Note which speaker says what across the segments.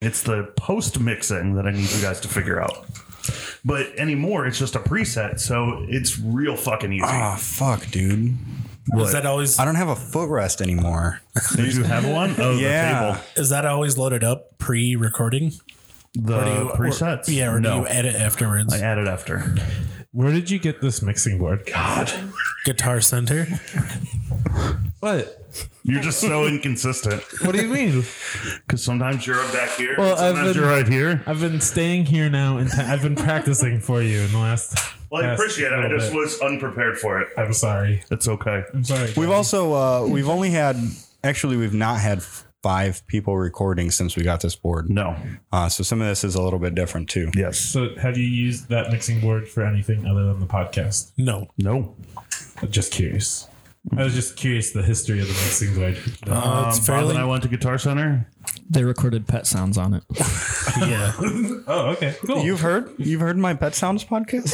Speaker 1: It's the post mixing that I need you guys to figure out. But anymore, it's just a preset, so it's real fucking easy.
Speaker 2: Ah, fuck, dude.
Speaker 3: Is that always
Speaker 2: I don't have a footrest anymore.
Speaker 1: Do you have one? Oh,
Speaker 2: Yeah.
Speaker 3: is that always loaded up pre-recording?
Speaker 1: the table, the
Speaker 3: Do you- or-
Speaker 1: Uh, presets.
Speaker 3: yeah, or
Speaker 1: no,
Speaker 3: do you edit afterwards?
Speaker 1: I added after.
Speaker 4: Where did you get this mixing board? God.
Speaker 3: Guitar Center.
Speaker 4: What?
Speaker 1: You're just so inconsistent
Speaker 4: What do you mean?
Speaker 1: because sometimes you're up back here,
Speaker 4: Well,
Speaker 1: and
Speaker 4: I've
Speaker 1: sometimes
Speaker 4: been-
Speaker 1: you're right here.
Speaker 4: I've been staying here now, and i I've been practicing for you in the last.
Speaker 1: Well, I
Speaker 4: last
Speaker 1: appreciate it. I
Speaker 4: little
Speaker 1: just
Speaker 4: bit.
Speaker 1: was unprepared for it.
Speaker 4: I'm sorry.
Speaker 1: It's okay.
Speaker 4: I'm sorry.
Speaker 2: We've also uh, we've only had actually we've not had five people recording since we got this board.
Speaker 1: No.
Speaker 2: Uh, so some of this is a little bit different too.
Speaker 1: Yes.
Speaker 4: So, have you used that mixing board for anything other than the podcast?
Speaker 3: No.
Speaker 1: No.
Speaker 4: I'm just curious. I was just curious the history of the mixing board.
Speaker 3: Uh,
Speaker 1: Um,
Speaker 3: it's
Speaker 1: Bob
Speaker 3: fairly.
Speaker 1: and I went to Guitar Center.
Speaker 5: They recorded pet sounds on it.
Speaker 3: yeah.
Speaker 4: oh, okay, cool.
Speaker 2: You've heard you've heard my Pet Sounds podcast?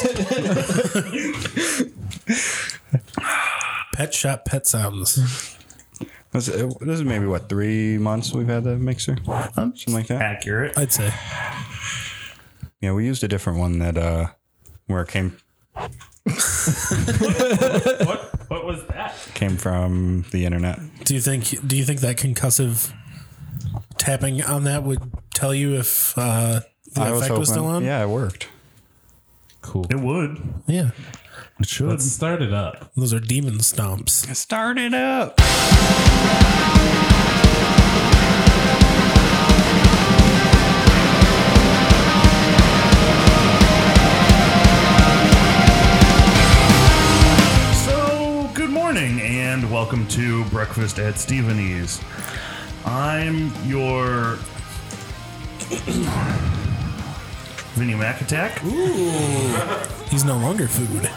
Speaker 3: Pet Shop Pet Sounds.
Speaker 2: this is this is maybe what three months we've had that mixer, something like that.
Speaker 1: Accurate.
Speaker 3: I'd say.
Speaker 2: Yeah, we used a different one that uh, where it came
Speaker 4: what, what was that?
Speaker 2: came from the internet.
Speaker 3: Do you think? Do you think that concussive tapping on that would tell you if uh, the effect was, still on?
Speaker 2: Yeah, it worked.
Speaker 4: Cool.
Speaker 1: It would.
Speaker 3: Yeah.
Speaker 1: It should.
Speaker 4: Let's start it up.
Speaker 3: Those are demon stomps.
Speaker 2: Start it up.
Speaker 1: So, good morning and welcome to Breakfast at Stephenie's. I'm your Vinny Mac Attack,
Speaker 3: He's no longer food.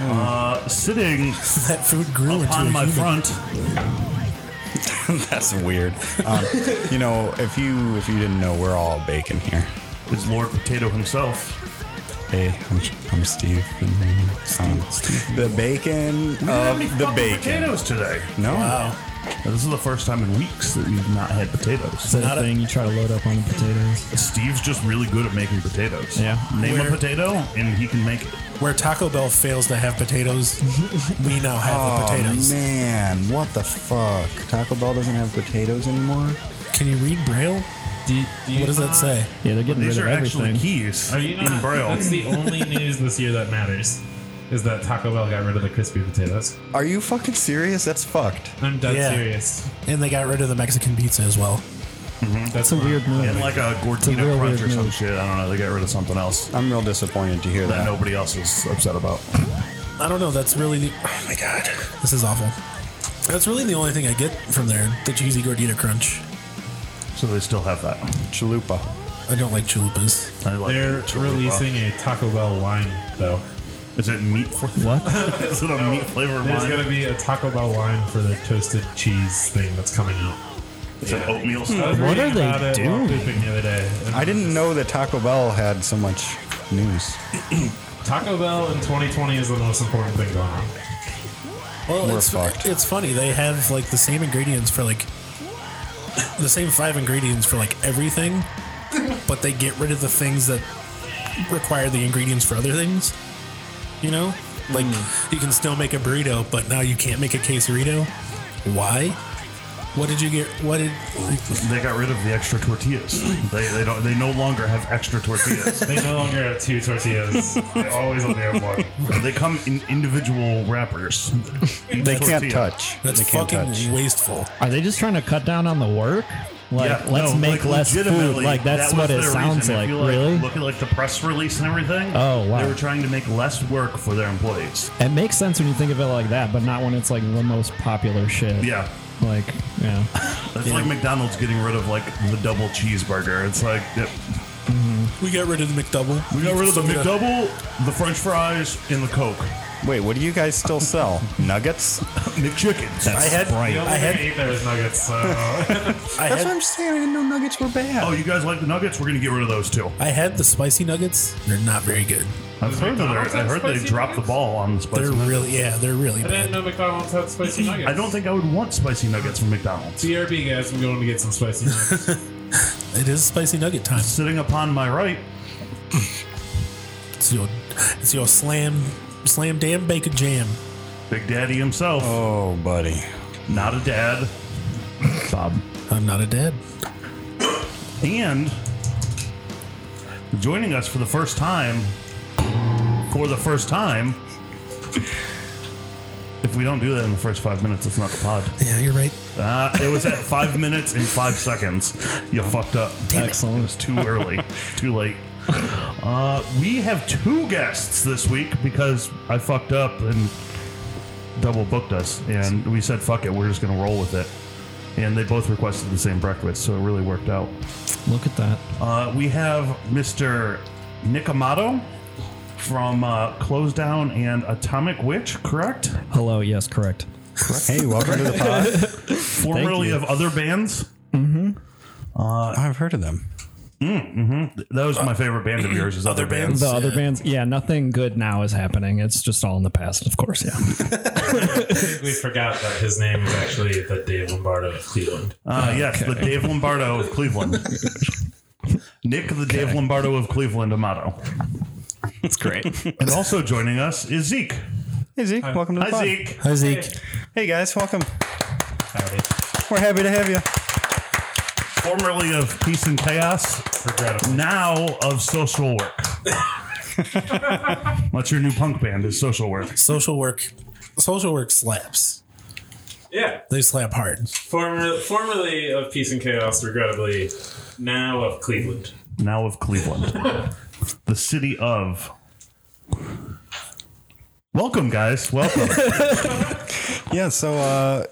Speaker 1: uh, sitting
Speaker 3: That food grew into a
Speaker 1: on my
Speaker 3: human.
Speaker 1: front.
Speaker 2: That's weird. Um, you know, if you if you didn't know, we're all bacon here.
Speaker 1: Is Lord Potato himself?
Speaker 2: Hey, I'm, I'm Steve. Um, the bacon
Speaker 1: We didn't have
Speaker 2: of
Speaker 1: any
Speaker 2: the
Speaker 1: fucking
Speaker 2: bacon.
Speaker 1: potatoes today.
Speaker 2: No,
Speaker 1: This is the first time in weeks that we've not had potatoes.
Speaker 5: It's
Speaker 3: Not
Speaker 5: that
Speaker 3: a-
Speaker 5: thing you try to load up on the potatoes.
Speaker 1: Steve's just really good at making potatoes.
Speaker 5: Yeah.
Speaker 1: Name
Speaker 3: Where-
Speaker 1: a potato and he can make it.
Speaker 3: Where Taco Bell fails to have potatoes, we now have the
Speaker 2: oh
Speaker 3: potatoes.
Speaker 2: man, what the fuck? Taco Bell doesn't have potatoes anymore.
Speaker 3: Can you read Braille?
Speaker 4: Do, do you
Speaker 3: What does that say?
Speaker 5: Yeah, they're getting
Speaker 1: These
Speaker 5: rid
Speaker 1: are
Speaker 5: of
Speaker 1: actually
Speaker 5: everything.
Speaker 1: keys
Speaker 4: Are you not?
Speaker 1: in Braille.
Speaker 4: That's the only news this year that matters. Is that Taco Bell got rid of the crispy potatoes?
Speaker 2: Are you fucking serious? That's fucked.
Speaker 4: I'm dead
Speaker 3: Yeah.
Speaker 4: serious.
Speaker 3: And they got rid of the Mexican pizza as well.
Speaker 4: That's
Speaker 5: It's a weird move.
Speaker 1: And like a
Speaker 5: It's a
Speaker 1: Gordita
Speaker 5: real
Speaker 1: Crunch or
Speaker 5: weird
Speaker 1: some
Speaker 5: move.
Speaker 1: shit. I don't know. They got rid of something else
Speaker 2: I'm real disappointed to hear
Speaker 1: that
Speaker 2: that.
Speaker 1: nobody else is upset about.
Speaker 3: I don't know. That's really the. Oh my god, this is awful. That's really the only thing I get from there. The cheesy gordita crunch.
Speaker 1: So they still have that.
Speaker 2: Chalupa.
Speaker 3: I don't like chalupas.
Speaker 1: I like
Speaker 4: They're
Speaker 1: the chalupa.
Speaker 4: releasing a Taco Bell wine, though.
Speaker 1: Is it meat?
Speaker 5: What?
Speaker 1: Is it a meat flavor
Speaker 4: There's
Speaker 1: wine?
Speaker 4: going to be a Taco Bell wine for the toasted cheese thing that's coming out.
Speaker 1: Is it oatmeal
Speaker 4: I
Speaker 1: stuff?
Speaker 4: was
Speaker 5: What
Speaker 4: reading
Speaker 5: are they
Speaker 4: about it while
Speaker 5: doing?
Speaker 4: pooping the other day. And
Speaker 2: I didn't know that Taco Bell had so much news.
Speaker 4: Taco Bell in 2020 is the most important thing going on.
Speaker 3: Well,
Speaker 2: We're
Speaker 3: it's
Speaker 2: fucked.
Speaker 3: it's funny. They have like the same ingredients for like the same five ingredients for like everything, but they get rid of the things that require the ingredients for other things. You know, like
Speaker 2: Hmm.
Speaker 3: you can still make a burrito, but now you can't make a quesarito. Why? What did you get? What did?
Speaker 1: They got rid of the extra tortillas. They, they don't. They no longer have extra tortillas.
Speaker 4: They no longer have two tortillas. They always only have one.
Speaker 1: they come in individual wrappers. Each
Speaker 2: They
Speaker 1: tortilla.
Speaker 2: can't touch.
Speaker 3: That's
Speaker 2: they can't
Speaker 3: fucking
Speaker 2: touch.
Speaker 3: wasteful.
Speaker 5: Are they just trying to cut down on the work? Like,
Speaker 1: Yeah,
Speaker 5: let's
Speaker 1: no, like,
Speaker 5: make less food.
Speaker 1: legitimately,
Speaker 5: Like, that's
Speaker 1: that was
Speaker 5: what it
Speaker 1: their
Speaker 5: sounds
Speaker 1: reason. If
Speaker 5: like.
Speaker 1: you,
Speaker 5: Really?
Speaker 1: Look at like the press release and everything.
Speaker 5: Oh, wow.
Speaker 1: They were trying to make less work for their employees.
Speaker 5: It makes sense when you think of it like that, but not when it's like the most popular shit.
Speaker 1: Yeah.
Speaker 5: Like, yeah.
Speaker 1: That's like McDonald's getting rid of like the double cheeseburger. It's like yep,
Speaker 3: We got rid of the McDouble.
Speaker 1: we got rid of the
Speaker 3: Fuck it up.
Speaker 1: McDouble, the French fries, and the Coke.
Speaker 2: Wait, what do you guys still sell? Nuggets?
Speaker 1: McChickens.
Speaker 3: I had
Speaker 4: The only
Speaker 3: I
Speaker 4: thing
Speaker 3: had
Speaker 4: I eat there is nuggets, so.
Speaker 3: I
Speaker 2: That's
Speaker 3: had
Speaker 2: what I'm saying. I didn't know nuggets were bad.
Speaker 1: Oh, you guys like the nuggets? We're gonna get rid of those too.
Speaker 3: I had the spicy nuggets. They're not very good.
Speaker 1: I've heard that.
Speaker 4: McDonald's
Speaker 1: I
Speaker 4: have
Speaker 1: heard they
Speaker 4: spicy
Speaker 1: dropped the
Speaker 4: nuggets?
Speaker 1: ball on the
Speaker 3: They're
Speaker 1: spicy. nuggets.
Speaker 3: really yeah. They're really
Speaker 4: I didn't
Speaker 3: bad.
Speaker 4: know McDonald's had spicy nuggets.
Speaker 1: I don't think I would want spicy nuggets from McDonald's.
Speaker 4: BRB, guys, I'm going to get some spicy nuggets.
Speaker 3: It is spicy nugget time.
Speaker 1: Sitting upon my right,
Speaker 3: It's your, it's your slam, slam damn bacon jam.
Speaker 1: Big Daddy himself,
Speaker 2: Oh, buddy.
Speaker 1: not a dad,
Speaker 5: Bob.
Speaker 3: I'm not a dad.
Speaker 1: and joining us for the first time, for the first time. If we don't do that in the first five minutes, it's not the pod.
Speaker 3: Yeah, you're right.
Speaker 1: Uh, it was at five minutes and five seconds. You fucked up. It was
Speaker 5: Excellent.
Speaker 1: too early, too late. Uh, we have two guests this week because I fucked up and double booked us, and we said fuck it, we're just gonna roll with it. And they both requested the same breakfast, so it really worked out.
Speaker 5: Look at that.
Speaker 1: Uh, we have Mr. Nick Amato from uh, Close Down and Atomic Witch, correct?
Speaker 5: Hello. Yes, correct.
Speaker 2: Hey, welcome to the pod.
Speaker 1: Formerly
Speaker 5: you.
Speaker 1: of other bands.
Speaker 2: I've heard of them.
Speaker 1: That was my favorite band of yours. Is other bands.
Speaker 5: The other bands, yeah, nothing good now is happening. It's just all in the past, of course. Yeah.
Speaker 4: We forgot that his name is actually the Dave Lombardo of Cleveland.
Speaker 1: Uh, yes, the Dave Lombardo of Cleveland. Nick, the Dave Lombardo of Cleveland, Amato.
Speaker 2: That's great. hey,
Speaker 1: And also joining us is Zeke.
Speaker 2: Zeke. Welcome to the
Speaker 1: Hi,
Speaker 2: pod.
Speaker 1: Zeke.
Speaker 3: Hi, Zeke.
Speaker 2: Hey, guys. Welcome.
Speaker 4: Howdy.
Speaker 2: We're happy to have you.
Speaker 1: Formerly of Peace and Chaos,
Speaker 4: Regrettable.
Speaker 1: now of Social Work. That's your new punk band, is Social Work.
Speaker 3: Social work, social work slaps.
Speaker 4: Yeah.
Speaker 3: They slap hard.
Speaker 4: Former, formerly of Peace and Chaos, regrettably, now of Cleveland.
Speaker 1: Now of Cleveland, the city of. Welcome, guys. Welcome.
Speaker 2: Yeah, so uh,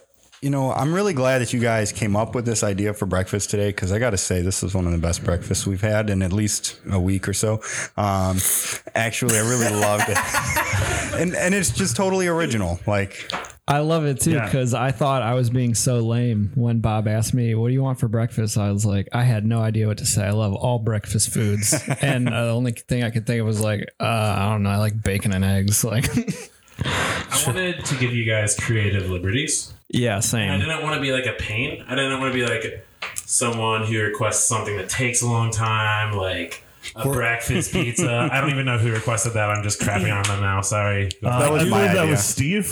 Speaker 2: you know, I'm really glad that you guys came up with this idea for breakfast today because I got to say this is one of the best breakfasts we've had in at least a week or so. Um, actually, I really loved it, and and it's just totally original. Like,
Speaker 5: I love it too
Speaker 1: Yeah.
Speaker 5: because I thought I was being so lame when Bob asked me, "What do you want for breakfast?" I was like, I had no idea what to say. I love all breakfast foods, and uh, the only thing I could think of was like, uh, I don't know, I like bacon and eggs. Like,
Speaker 4: I wanted to give you guys creative liberties.
Speaker 5: yeah,
Speaker 4: I
Speaker 5: same.
Speaker 4: didn't want to be like a pain. I didn't want to be like someone who requests something that takes a long time, like a breakfast pizza. I don't even know who requested that. I'm just crapping on them now. Sorry.
Speaker 1: that I
Speaker 2: was my
Speaker 1: believe that
Speaker 2: idea.
Speaker 1: was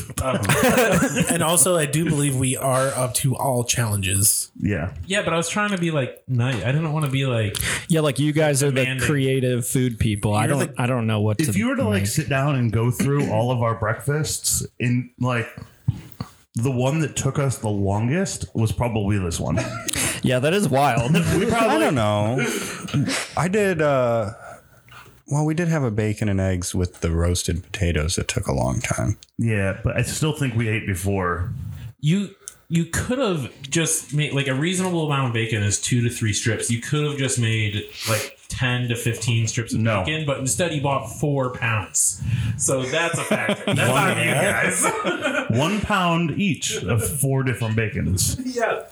Speaker 1: Uh, Steve.
Speaker 3: And also, I do believe we are up to all challenges.
Speaker 1: yeah.
Speaker 4: yeah, but I was trying to be like nice. I didn't want to be like
Speaker 5: Yeah, like you guys are the
Speaker 4: Demanding.
Speaker 5: creative food people. I
Speaker 3: You're
Speaker 5: don't, I don't know what
Speaker 1: if
Speaker 5: to.
Speaker 1: you were to like sit down and go through all of our breakfasts in like the one that took us the longest was probably this one.
Speaker 5: yeah, that is wild.
Speaker 1: We
Speaker 2: I
Speaker 1: probably
Speaker 2: don't know. I did. Uh, well, we did have a bacon and eggs with the roasted potatoes. It took a long time.
Speaker 1: yeah, but I still think we ate before.
Speaker 4: you. You could have just made like a reasonable amount of bacon is two to three strips. You could have just made like ten to fifteen strips of
Speaker 1: No.
Speaker 4: bacon, but instead you bought four pounds. So that's a factor. That's on you guys.
Speaker 1: One pound each of four different bacons,
Speaker 4: yeah.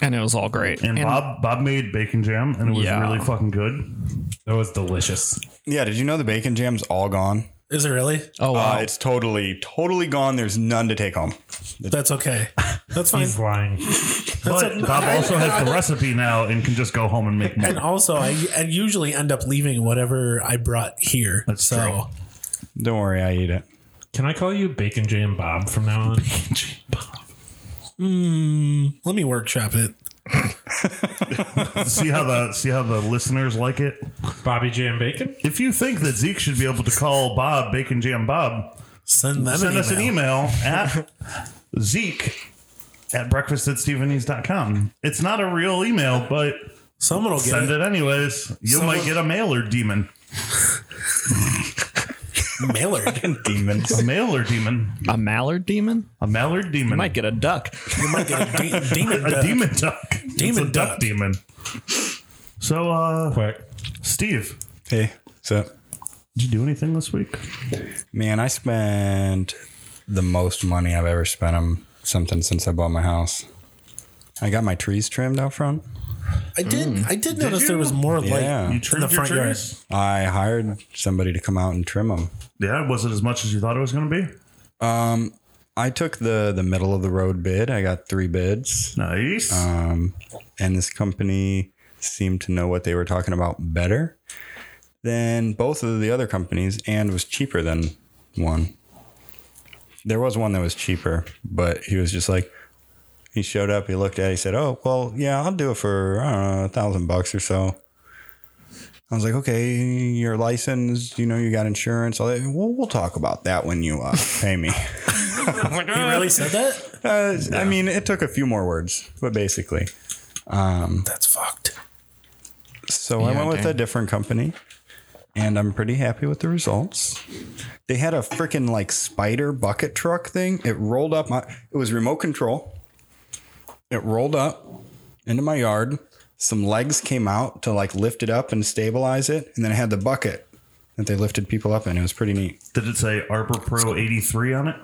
Speaker 5: and it was all great.
Speaker 1: and, Bob Bob made bacon jam, and it was
Speaker 5: Yeah.
Speaker 1: really fucking good.
Speaker 4: That was delicious.
Speaker 2: Yeah. Did you know the bacon jam's all gone?
Speaker 3: Is it really?
Speaker 5: oh wow,
Speaker 2: Uh, it's totally, totally gone. There's none to take home.
Speaker 3: That's okay. That's fine.
Speaker 4: He's lying.
Speaker 1: But Bob also has the recipe now and can just go home and make more.
Speaker 3: And also, I, I usually end up leaving whatever I brought here.
Speaker 1: That's
Speaker 3: so
Speaker 2: Don't worry, I eat it.
Speaker 4: Can I call you Bacon Jam Bob from now on?
Speaker 3: let me workshop it.
Speaker 1: See how the see how the listeners like it.
Speaker 4: Bobby Jam Bacon?
Speaker 1: If you think that Zeke should be able to call Bob Bacon Jam Bob,
Speaker 3: Send them
Speaker 1: send
Speaker 3: an
Speaker 1: us an email
Speaker 3: email.
Speaker 1: at zeke at breakfast at stephenies.com. It's not a real email, but
Speaker 3: Someone will get
Speaker 1: send
Speaker 3: it.
Speaker 1: it anyways. You
Speaker 3: Someone-
Speaker 1: might get a mailer demon.
Speaker 3: Mailard.
Speaker 2: Demons.
Speaker 1: A mailer demon.
Speaker 5: uh, a mallard demon
Speaker 1: A mallard demon.
Speaker 5: might get a duck.
Speaker 3: You might get a de- demon.
Speaker 1: a
Speaker 3: duck.
Speaker 1: demon duck. it's a
Speaker 3: Demon
Speaker 1: duck.
Speaker 3: duck.
Speaker 1: demon. So, uh,
Speaker 4: Quick.
Speaker 1: Steve,
Speaker 2: Hey, so
Speaker 1: did you do anything this week?
Speaker 2: man, I spent the most money I've ever spent on something since I bought my house. I got my trees trimmed out front.
Speaker 3: I did. I did notice
Speaker 1: you?
Speaker 3: there was more light
Speaker 2: Yeah. You
Speaker 3: in the front yard.
Speaker 2: I hired somebody to come out and trim them.
Speaker 1: Yeah, was it as much as you thought it was going to be?
Speaker 2: I took the the
Speaker 3: Uh,
Speaker 2: middle of the road bid. I got three bids,
Speaker 1: Nice.
Speaker 2: um, and this company seemed to know what they were talking about better than both of the other companies and was cheaper than one. There was one that was cheaper, but he was just like, he showed up, he looked at it, he said, Oh, well, yeah, I'll do it for, I don't know, a thousand bucks or so. I was like, okay, you're licensed, you know, you got insurance. All that. Well, we'll talk about that when you uh, pay me.
Speaker 3: He really said that?
Speaker 2: Uh, I mean, it took a few more words, but basically.
Speaker 3: That's fucked.
Speaker 2: So I went with a different company and I'm pretty happy with the results. They had a freaking like spider bucket truck thing. It rolled up my, it was remote control. It rolled up into my yard. Some legs came out to like lift it up and stabilize it. And then it had the bucket that they lifted people up in. It was pretty neat.
Speaker 1: Did it say Arbor Pro 83 on it?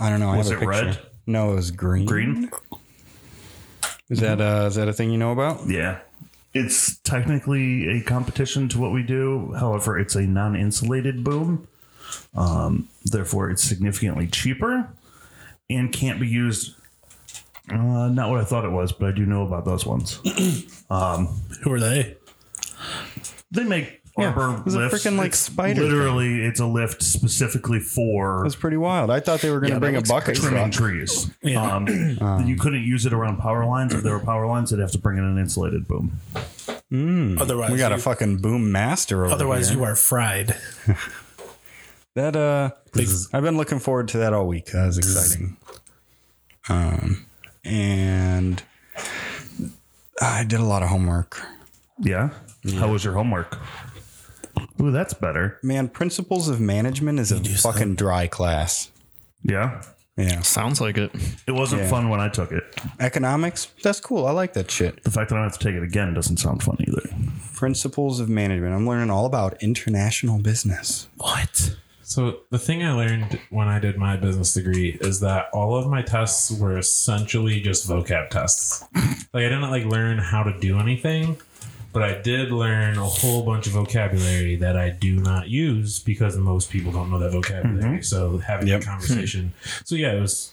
Speaker 2: I don't know. I
Speaker 1: Was
Speaker 2: have a
Speaker 1: it
Speaker 2: picture.
Speaker 1: red?
Speaker 2: No, it was green.
Speaker 1: Green?
Speaker 2: Is that uh is that a thing you know about?
Speaker 1: Yeah. It's technically a competition to what we do. However, it's a non insulated boom. Um, therefore, it's significantly cheaper and can't be used. Uh, not what I thought it was, but I do know about those ones.
Speaker 3: Who are they?
Speaker 1: They make
Speaker 2: Yeah,
Speaker 1: arbor
Speaker 2: it's a
Speaker 1: lifts.
Speaker 2: freaking, like,
Speaker 1: It's
Speaker 2: spider
Speaker 1: Literally, it's a lift specifically for
Speaker 2: It was pretty wild. I thought they were gonna
Speaker 5: Yeah, that
Speaker 2: bring a
Speaker 5: looks
Speaker 2: bucket
Speaker 1: trimming
Speaker 2: truck.
Speaker 1: trees.
Speaker 3: Yeah.
Speaker 1: Um, you couldn't use it around power lines. If there were power lines, they'd have to bring in an insulated boom.
Speaker 3: Otherwise,
Speaker 2: We got
Speaker 3: you,
Speaker 2: a fucking boom master over
Speaker 3: otherwise
Speaker 2: here.
Speaker 3: you are fried.
Speaker 2: that uh
Speaker 3: Big-
Speaker 2: I've been looking forward to that all week. That was exciting. Um and I did a lot of homework.
Speaker 1: Yeah. How was your homework? Ooh, that's better.
Speaker 2: Man, principles of management is a fucking dry class.
Speaker 1: Yeah.
Speaker 2: Yeah.
Speaker 5: Sounds like it.
Speaker 1: It wasn't
Speaker 2: Yeah.
Speaker 1: fun when I took it.
Speaker 2: Economics, that's cool. I like that shit.
Speaker 1: The fact that I don't have to take it again doesn't sound fun either.
Speaker 2: Principles of management. I'm learning all about international business.
Speaker 3: What?
Speaker 4: So the thing I learned when I did my business degree is that all of my tests were essentially just vocab tests. Like I didn't like learn how to do anything, but I did learn a whole bunch of vocabulary that I do not use because most people don't know that vocabulary. So having
Speaker 2: Yep.
Speaker 4: that conversation. so yeah, it was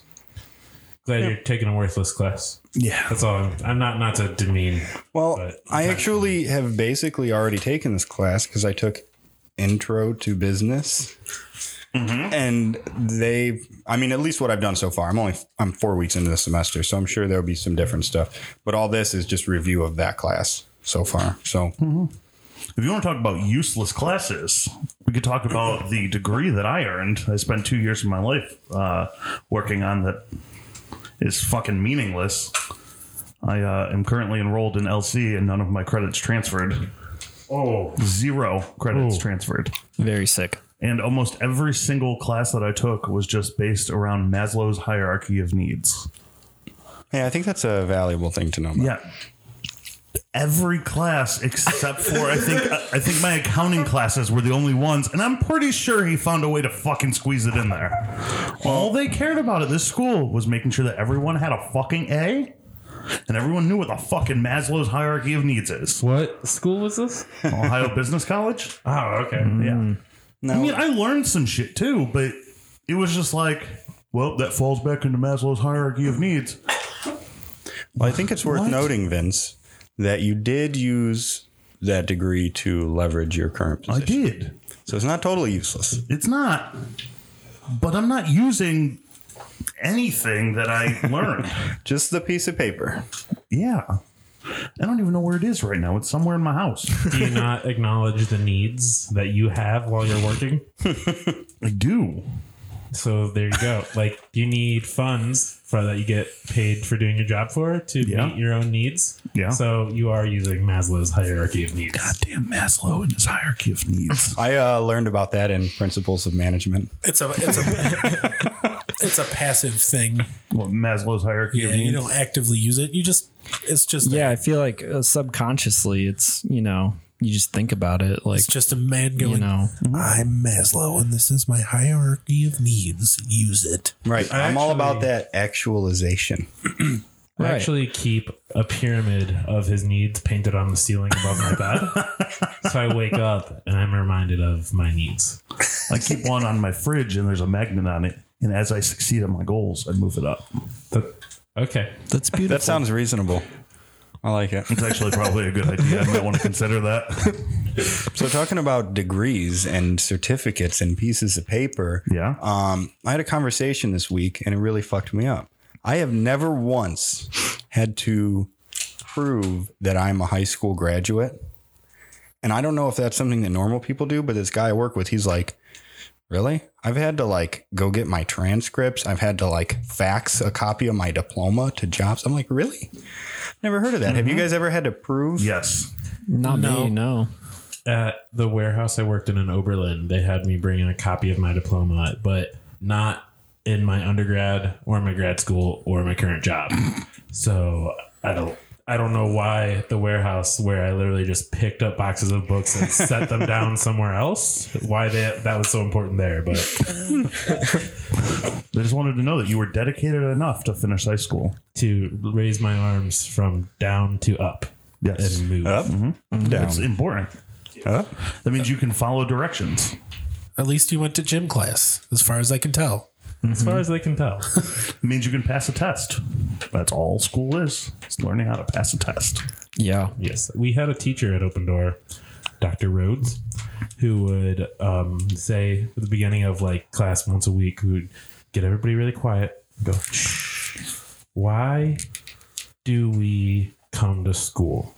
Speaker 4: glad you're taking a worthless class.
Speaker 1: Yeah.
Speaker 4: That's all. I'm, I'm not not to demean.
Speaker 2: Well,
Speaker 4: But-
Speaker 2: I actually have basically already taken this class because I took Intro to Business,
Speaker 1: Mm-hmm.
Speaker 2: and they, I mean, at least what I've done so far. I'm only I'm four weeks into the semester, so I'm sure there'll be some different stuff. But all this is just review of that class so far. So
Speaker 1: Hmm. If you want to talk about useless classes, we could talk about the degree that I earned. I spent two years of my life uh, working on that is fucking meaningless. I uh, am currently enrolled in LC and none of my credits transferred.
Speaker 4: Oh,
Speaker 1: Zero credits transferred.
Speaker 5: Very sick.
Speaker 1: And almost every single class that I took was just based around Maslow's hierarchy of needs.
Speaker 2: hey, I think that's a valuable thing to know. About.
Speaker 1: Yeah. Every class except for I think I think my accounting classes were the only ones, and I'm pretty sure he found a way to fucking squeeze it in there. All they cared about at this school was making sure that everyone had a fucking A, and everyone knew what the fucking Maslow's hierarchy of needs is.
Speaker 4: what school was this?
Speaker 1: Ohio Business College.
Speaker 4: Oh, okay.
Speaker 1: Yeah,
Speaker 2: No,
Speaker 1: I mean I learned some shit too, but it was just like, well, that falls back into Maslow's hierarchy of needs.
Speaker 2: Well, I think it's worth noting, Vince, that you did use that degree to leverage your current
Speaker 1: I
Speaker 2: position.
Speaker 1: did.
Speaker 2: So it's not totally useless.
Speaker 1: It's not. But I'm not using anything that I learned.
Speaker 2: Just the piece of paper.
Speaker 1: yeah. I don't even know where it is right now. It's somewhere in my house.
Speaker 4: Do you not acknowledge the needs that you have while you're working?
Speaker 1: I do.
Speaker 4: So there you go. Like you need funds for that you get paid for doing your job for to
Speaker 1: Yeah.
Speaker 4: meet your own needs.
Speaker 1: Yeah.
Speaker 4: So you are using Maslow's hierarchy of needs.
Speaker 1: Goddamn Maslow and his hierarchy of needs.
Speaker 2: I uh, learned about that in Principles of Management.
Speaker 3: It's a it's a it's a passive thing.
Speaker 1: well, Maslow's hierarchy
Speaker 3: Yeah,
Speaker 1: of needs.
Speaker 3: you don't actively use it. You just it's just
Speaker 5: Yeah, I feel like uh, subconsciously, it's you know, you just think about it, like
Speaker 3: it's just a man going.
Speaker 5: you know,
Speaker 3: I'm Maslow, and this is my hierarchy of needs. Use it.
Speaker 2: Right. I'm all
Speaker 4: actually-
Speaker 2: about that actualization.
Speaker 4: I
Speaker 5: Right.
Speaker 4: actually keep a pyramid of his needs painted on the ceiling above my bed. so I wake up and I'm reminded of my needs.
Speaker 1: I keep one on my fridge and there's a magnet on it. And as I succeed on my goals, I move it up.
Speaker 4: That- okay.
Speaker 5: that's beautiful.
Speaker 2: That sounds reasonable. I like it.
Speaker 1: It's actually probably a good idea. I might want to consider that.
Speaker 2: So talking about degrees and certificates and pieces of paper.
Speaker 1: Yeah.
Speaker 2: Um, I had a conversation this week and it really fucked me up. I have never once had to prove that I'm a high school graduate. And I don't know if that's something that normal people do, but this guy I work with, he's like, Really? I've had to like go get my transcripts. I've had to like fax a copy of my diploma to jobs. I'm like, really? Never heard of that.
Speaker 1: Mm-hmm.
Speaker 2: Have you guys ever had to prove?
Speaker 1: Yes.
Speaker 5: Not
Speaker 3: No.
Speaker 5: me, no.
Speaker 4: at the warehouse I worked in in Oberlin, they had me bring in a copy of my diploma, but not in my undergrad or my grad school or my current job. So I don't. I don't know why the warehouse where I literally just picked up boxes of books and set them down somewhere else. Why that that was so important there, but
Speaker 1: They just wanted to know that you were dedicated enough to finish high school.
Speaker 4: to raise my arms from down to up
Speaker 1: Yes.
Speaker 4: and move.
Speaker 2: Up, down,
Speaker 1: It's important.
Speaker 2: up.
Speaker 1: That means you can follow directions.
Speaker 3: At least you went to gym class, as far as I can tell.
Speaker 4: As far as they can tell.
Speaker 1: It means you can pass a test. That's all school is. It's learning how to pass a test.
Speaker 5: Yeah.
Speaker 4: Yes, we had a teacher at Open Door, Dr. Rhodes, who would um, say at the beginning of like class once a week, we would get everybody really quiet, go, "Shh. why do we come to school?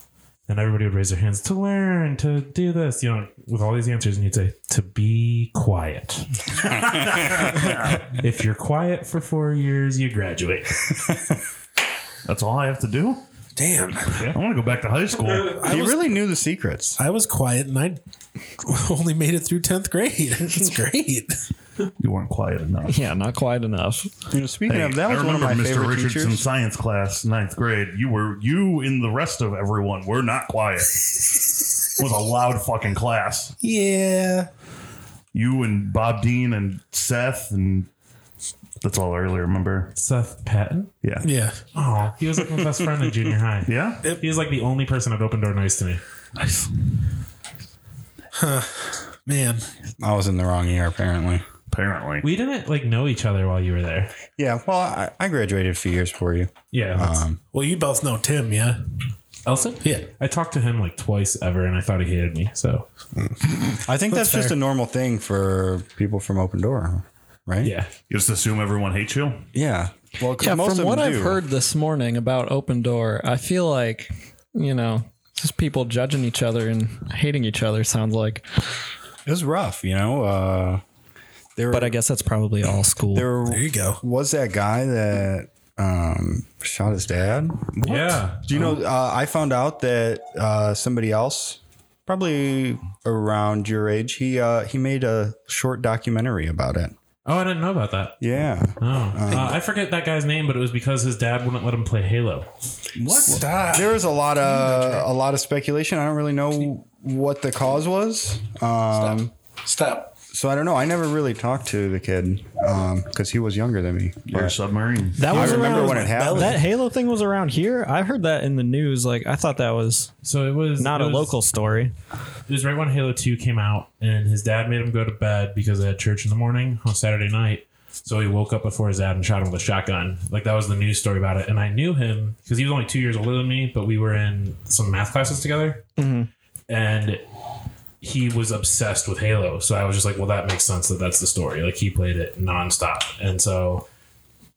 Speaker 4: And everybody would raise their hands to learn, to do this, you know, with all these answers. And you'd say, to be quiet. if you're quiet for four years, you graduate.
Speaker 1: That's all I have to do.
Speaker 3: Damn.
Speaker 1: I want to go back to high school.
Speaker 2: He really knew the secrets.
Speaker 3: I was quiet and I only made it through 10th grade. It's great.
Speaker 1: You weren't quiet enough.
Speaker 5: Yeah, not quite enough.
Speaker 2: You know, speaking
Speaker 1: Hey,
Speaker 2: of, that
Speaker 1: I
Speaker 2: was one of
Speaker 1: remember
Speaker 2: my
Speaker 1: Mr.
Speaker 2: favorite
Speaker 1: Richards in
Speaker 2: teachers.
Speaker 1: science class, ninth grade. You were you and the rest of everyone were not quiet. it was a loud fucking class.
Speaker 3: Yeah.
Speaker 1: You and Bob Dean and Seth and that's all I really remember.
Speaker 4: Seth Patton?
Speaker 1: Yeah.
Speaker 3: Yeah.
Speaker 4: Oh, he was like my best friend in junior high.
Speaker 1: Yeah?
Speaker 4: He was like the only person at Open Door nice to me.
Speaker 1: Nice.
Speaker 3: Man.
Speaker 2: I was in the wrong year, apparently.
Speaker 1: Apparently.
Speaker 4: We didn't like know each other while you were there.
Speaker 2: Yeah, well, I, I graduated a few years before you.
Speaker 4: Yeah.
Speaker 2: Um,
Speaker 3: Well, you both know Tim, yeah?
Speaker 4: Elson?
Speaker 3: Yeah.
Speaker 4: I talked to him like twice ever and I thought he hated me. So,
Speaker 2: I think that's, just a normal thing for people from Open Door, right?
Speaker 4: yeah.
Speaker 1: You just assume everyone hates you?
Speaker 2: Yeah. Well, 'cause
Speaker 5: Yeah,
Speaker 2: most
Speaker 5: from
Speaker 2: of
Speaker 5: what
Speaker 2: them
Speaker 5: I've
Speaker 2: do.
Speaker 5: heard this morning about Open Door, I feel like, you know, just people judging each other and hating each other sounds like.
Speaker 2: it was rough, you know. Uh, there,
Speaker 5: But I guess that's probably all school.
Speaker 2: there
Speaker 3: There you go.
Speaker 2: was that guy that um, shot his dad.
Speaker 4: Yeah.
Speaker 2: Do you know?
Speaker 5: Oh.
Speaker 2: Uh, I found out that uh, somebody else, probably around your age, he uh, he made a short documentary about it.
Speaker 4: Oh, I didn't know about that.
Speaker 2: Yeah.
Speaker 4: Oh. Uh, I forget that guy's name, but it was because his dad wouldn't let him play Halo.
Speaker 3: Stop.
Speaker 2: there was a lot of a lot of speculation. I don't really know what the cause was. Um,
Speaker 3: Stop.
Speaker 2: so I don't know. I never really talked to the kid because he was younger than me.
Speaker 1: You're a submarine.
Speaker 5: that
Speaker 2: I remember
Speaker 5: around-
Speaker 2: when it happened.
Speaker 5: That Halo thing was around here. I heard that in the news. Like I thought that was
Speaker 4: So it was
Speaker 5: not
Speaker 4: it
Speaker 5: a
Speaker 4: was-
Speaker 5: local story.
Speaker 4: It was right when Halo 2 came out, and his dad made him go to bed because they had church in the morning on Saturday night. So he woke up before his dad and shot him with a shotgun. Like, that was the news story about it. And I knew him because he was only two years older than me, but we were in some math classes together.
Speaker 5: Mm-hmm.
Speaker 4: And he was obsessed with Halo. So I was just like, well, that makes sense that that's the story. Like, he played it nonstop. And so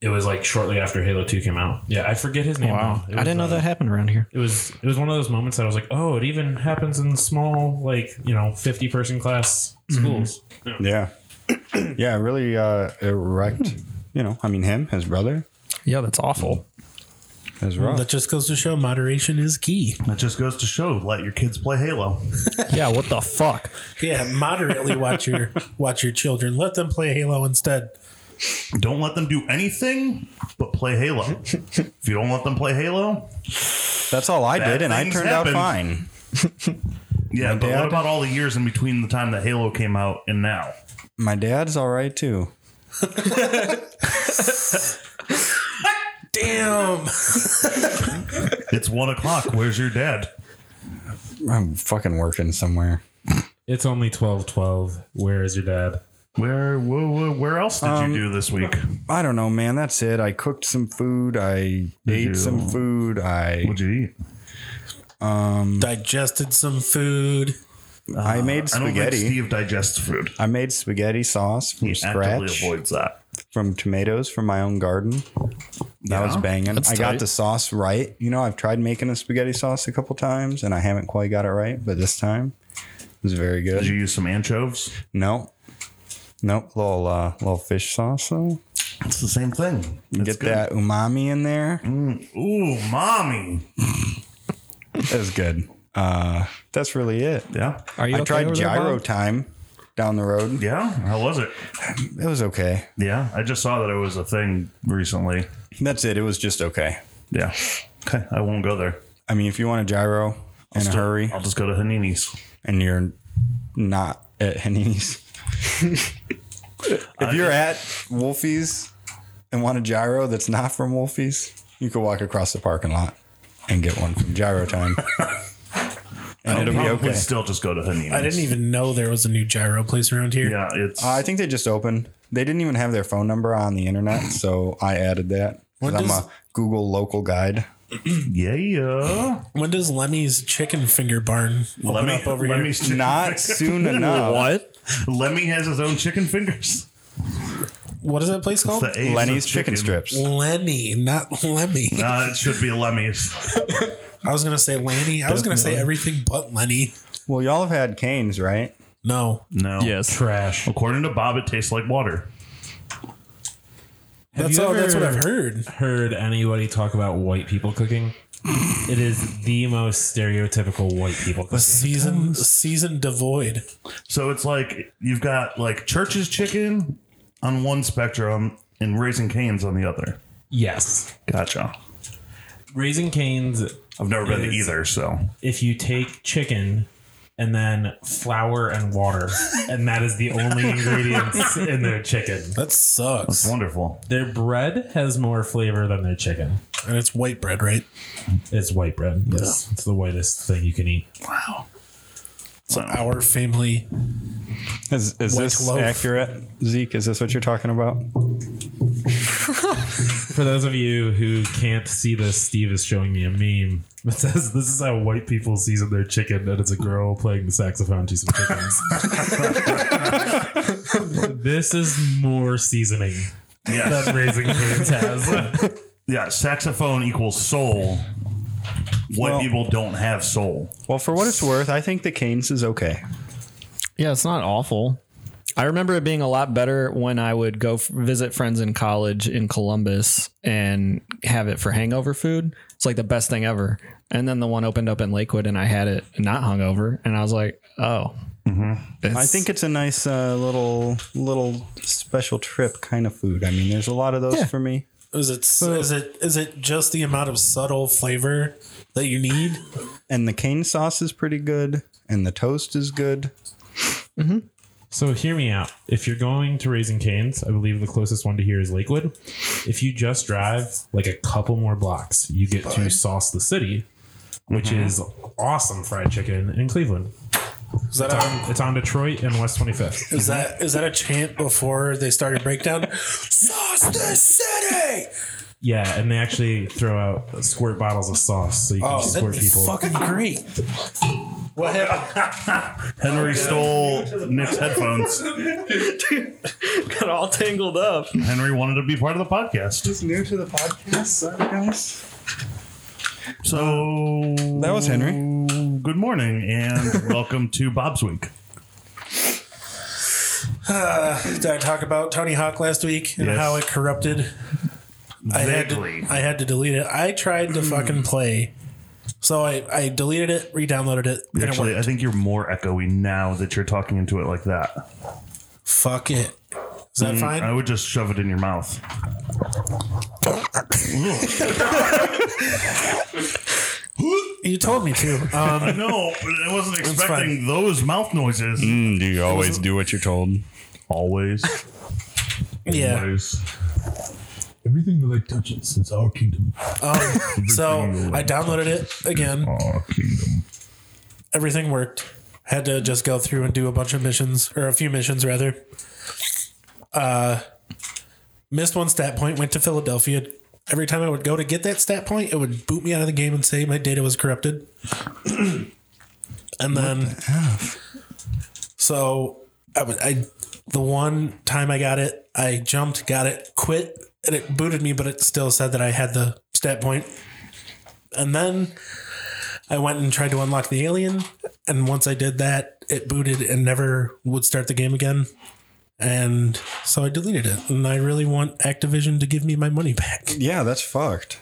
Speaker 4: it was like shortly after Halo 2 came out. Yeah, I forget his name.
Speaker 5: Oh, Wow,
Speaker 4: now. It
Speaker 5: I
Speaker 4: was,
Speaker 5: didn't know
Speaker 4: uh,
Speaker 5: that happened around here.
Speaker 4: it was it was one of those moments that I was like, oh, it even happens in small, like you know, fifty person class schools.
Speaker 2: Yeah, yeah, it really uh, it wrecked. You know, I mean, him, his brother,
Speaker 5: Yeah, that's awful.
Speaker 2: his rough.
Speaker 3: That just goes to show moderation is key.
Speaker 1: That just goes to show let your kids play Halo.
Speaker 5: Yeah, what the fuck?
Speaker 3: Yeah, moderately watch your watch your children. Let them play Halo instead.
Speaker 1: Don't let them do anything but play Halo. if you don't let them play Halo,
Speaker 2: That's all I
Speaker 1: Bad
Speaker 2: did, and I
Speaker 1: things
Speaker 2: turned
Speaker 1: happen.
Speaker 2: out fine.
Speaker 1: yeah, but
Speaker 2: dad-
Speaker 1: what about all the years in between the time that Halo came out and now?
Speaker 2: My dad's all right too.
Speaker 3: Damn.
Speaker 1: It's one o'clock. Where's your dad?
Speaker 2: I'm fucking working somewhere.
Speaker 4: It's only twelve twelve. Where is your dad?
Speaker 1: Where where, where- where else did
Speaker 2: Um,
Speaker 1: you do this week?
Speaker 2: I don't know, man. That's it. I cooked some food. I ate
Speaker 1: you-
Speaker 2: some food. I
Speaker 1: What'd you eat?
Speaker 3: Mm. Digested some food.
Speaker 2: I made
Speaker 1: I don't think
Speaker 2: spaghetti.
Speaker 1: Steve digests food.
Speaker 2: I made spaghetti sauce from
Speaker 1: He actively
Speaker 2: scratch
Speaker 1: avoids that.
Speaker 2: from tomatoes from my own garden. That was
Speaker 1: Yeah?
Speaker 2: banging.
Speaker 5: That's
Speaker 2: I got
Speaker 5: tight.
Speaker 2: the sauce right. You know, I've tried making a spaghetti sauce a couple times and I haven't quite got it right, but this time it was very good.
Speaker 1: Did you use some anchovies?
Speaker 2: No. Nope. Little uh, little fish sauce though.
Speaker 1: It's the same thing. It's
Speaker 2: Get that umami in there.
Speaker 5: Mm.
Speaker 1: Ooh, mommy.
Speaker 2: That's good. Uh, that's really it.
Speaker 1: Yeah.
Speaker 5: Are you
Speaker 2: I
Speaker 5: okay
Speaker 2: tried
Speaker 5: over there,
Speaker 2: gyro
Speaker 5: Bob?
Speaker 2: time down the road.
Speaker 1: Yeah. How was it?
Speaker 2: It was okay.
Speaker 1: Yeah. I just saw that it was a thing recently.
Speaker 2: That's it. It was just okay.
Speaker 1: Yeah. Okay. I won't go there.
Speaker 2: I mean, if you want a gyro in a
Speaker 1: Still,
Speaker 2: hurry
Speaker 1: I'll just go to Hanini's.
Speaker 2: and you're not at Henny's, if you're at Wolfie's and want a gyro that's not from Wolfie's, you could walk across the parking lot and get one from Gyro Time. and it'll be
Speaker 1: Probably
Speaker 2: okay.
Speaker 1: still just go to Hanini's.
Speaker 3: I didn't even know there was a new gyro place around here.
Speaker 1: Yeah. It's.
Speaker 2: I think they just opened. They didn't even have their phone number on the internet, so I added that. 'Cause I'm
Speaker 3: does-
Speaker 2: a Google local guide.
Speaker 1: yeah. Yeah.
Speaker 3: When does Lemmy's chicken finger barn open
Speaker 1: Lemmy,
Speaker 3: up over here?
Speaker 1: Lemmy's Uh, chicken-
Speaker 2: Not soon enough.
Speaker 3: What?
Speaker 1: Lemmy has his own chicken fingers.
Speaker 3: What is that place called?
Speaker 1: The A's of
Speaker 2: Lenny's chicken, strips.
Speaker 3: Lenny, not Lemmy.
Speaker 1: Uh, it should be Lemmy's.
Speaker 3: I was gonna say Lanny. I was gonna say everything but Lenny.
Speaker 2: Well, y'all have had canes, right?
Speaker 3: No,
Speaker 1: No.
Speaker 5: Yes.
Speaker 4: Trash.
Speaker 1: According to Bob, it tastes like water.
Speaker 3: that's
Speaker 4: you
Speaker 3: all. That's what
Speaker 4: ever-
Speaker 3: I've heard.
Speaker 4: Heard anybody talk about white people cooking? It is the most stereotypical white people
Speaker 3: The
Speaker 4: cooking.
Speaker 3: season, season devoid.
Speaker 1: So it's like you've got like church's chicken on one spectrum and raising canes on the other.
Speaker 4: Yes.
Speaker 1: Gotcha.
Speaker 4: Raising canes
Speaker 1: I've never been to
Speaker 4: Yes.
Speaker 1: either, so
Speaker 4: if you take chicken and then flour and water, and that is the only ingredients in their chicken.
Speaker 3: That sucks.
Speaker 1: wonderful.
Speaker 4: Their bread has more flavor than their chicken.
Speaker 3: And it's white bread, right?
Speaker 4: It's white bread. It's, it's the whitest thing you can eat.
Speaker 1: Wow. So
Speaker 3: Our family.
Speaker 2: Is, is
Speaker 3: White
Speaker 2: this
Speaker 3: loaf.
Speaker 2: accurate, Zeke? Is this what you're talking about?
Speaker 4: For those of you who can't see this, Steve is showing me a meme that says this is how white people season their chicken, and it's a girl playing the saxophone to some chickens. this is more seasoning
Speaker 1: yes.
Speaker 4: than raising canes has.
Speaker 1: yeah, saxophone equals soul. White
Speaker 2: Well-
Speaker 1: people don't have soul.
Speaker 2: Well, for what it's worth, I think the canes is okay.
Speaker 5: Yeah, it's not awful. I remember it being a lot better when I would go f- visit friends in college in Columbus and have it for hangover food. It's like the best thing ever. And then the one opened up in Lakewood and I had it not hungover. And I was like, oh.
Speaker 2: Mm-hmm. I think it's a nice uh, little little special trip kind of food. I mean, there's a lot of those for me.
Speaker 3: Is it? Is it? Is it just the amount of subtle flavor that you need?
Speaker 2: And the cane sauce is pretty good, and the toast is good.
Speaker 4: So hear me out. If you're going to Raising Canes, I believe the closest one to here is Lakewood. If you just drive like a couple more blocks, you get to Sauce the City, which
Speaker 3: Mm-hmm.
Speaker 4: is awesome fried chicken in Cleveland.
Speaker 3: Is that a,
Speaker 4: It's on Detroit and West 25th.
Speaker 1: Mm-hmm.
Speaker 3: is that is that a chant before they started breakdown? Sauce the city.
Speaker 4: Yeah, and they actually throw out squirt bottles of sauce so you can
Speaker 3: Oh, that'd
Speaker 4: squirt
Speaker 3: be
Speaker 4: people.
Speaker 3: fucking great. What happened?
Speaker 1: Henry stole Nick's headphones.
Speaker 5: got all tangled up.
Speaker 1: Henry wanted to be part of the podcast.
Speaker 2: It's new to the podcast, sorry guys.
Speaker 1: So
Speaker 2: That was Henry.
Speaker 1: good morning and welcome to Bob's Week.
Speaker 3: Did I talk about Tony Hawk last week and
Speaker 1: Yes.
Speaker 3: how it corrupted? I had, to,
Speaker 1: Vaguely.
Speaker 3: I had to delete it. I tried to fucking play. So I, I deleted it, re-downloaded it. and it
Speaker 1: Actually,
Speaker 3: worked.
Speaker 1: I think you're more echoey now that you're talking into it like that.
Speaker 3: fuck it. Is that
Speaker 1: mm,
Speaker 3: fine?
Speaker 1: I would just shove it in your mouth.
Speaker 3: you told me to. Um,
Speaker 1: No, I wasn't
Speaker 3: expecting
Speaker 1: expecting those mouth noises.
Speaker 2: Do you always do what you're told?
Speaker 1: Always.
Speaker 3: yeah.
Speaker 1: Always.
Speaker 6: Everything that I touch it is our kingdom.
Speaker 3: Um, so I downloaded it again.
Speaker 6: Our kingdom.
Speaker 3: Everything worked. Had to just go through and do a bunch of missions, or a few missions rather. Uh, missed one stat point. Went to Philadelphia. Every time I would go to get that stat point, it would boot me out of the game and say my data was corrupted. and then, so I would I the one time I got it, I jumped, got it, quit, and it booted me, but it still said that I had the stat point. And then I went and tried to unlock the alien, and once I did that, it booted and never would start the game again. And so I deleted it, and I really want Activision to give me my money back,
Speaker 2: Yeah, that's fucked.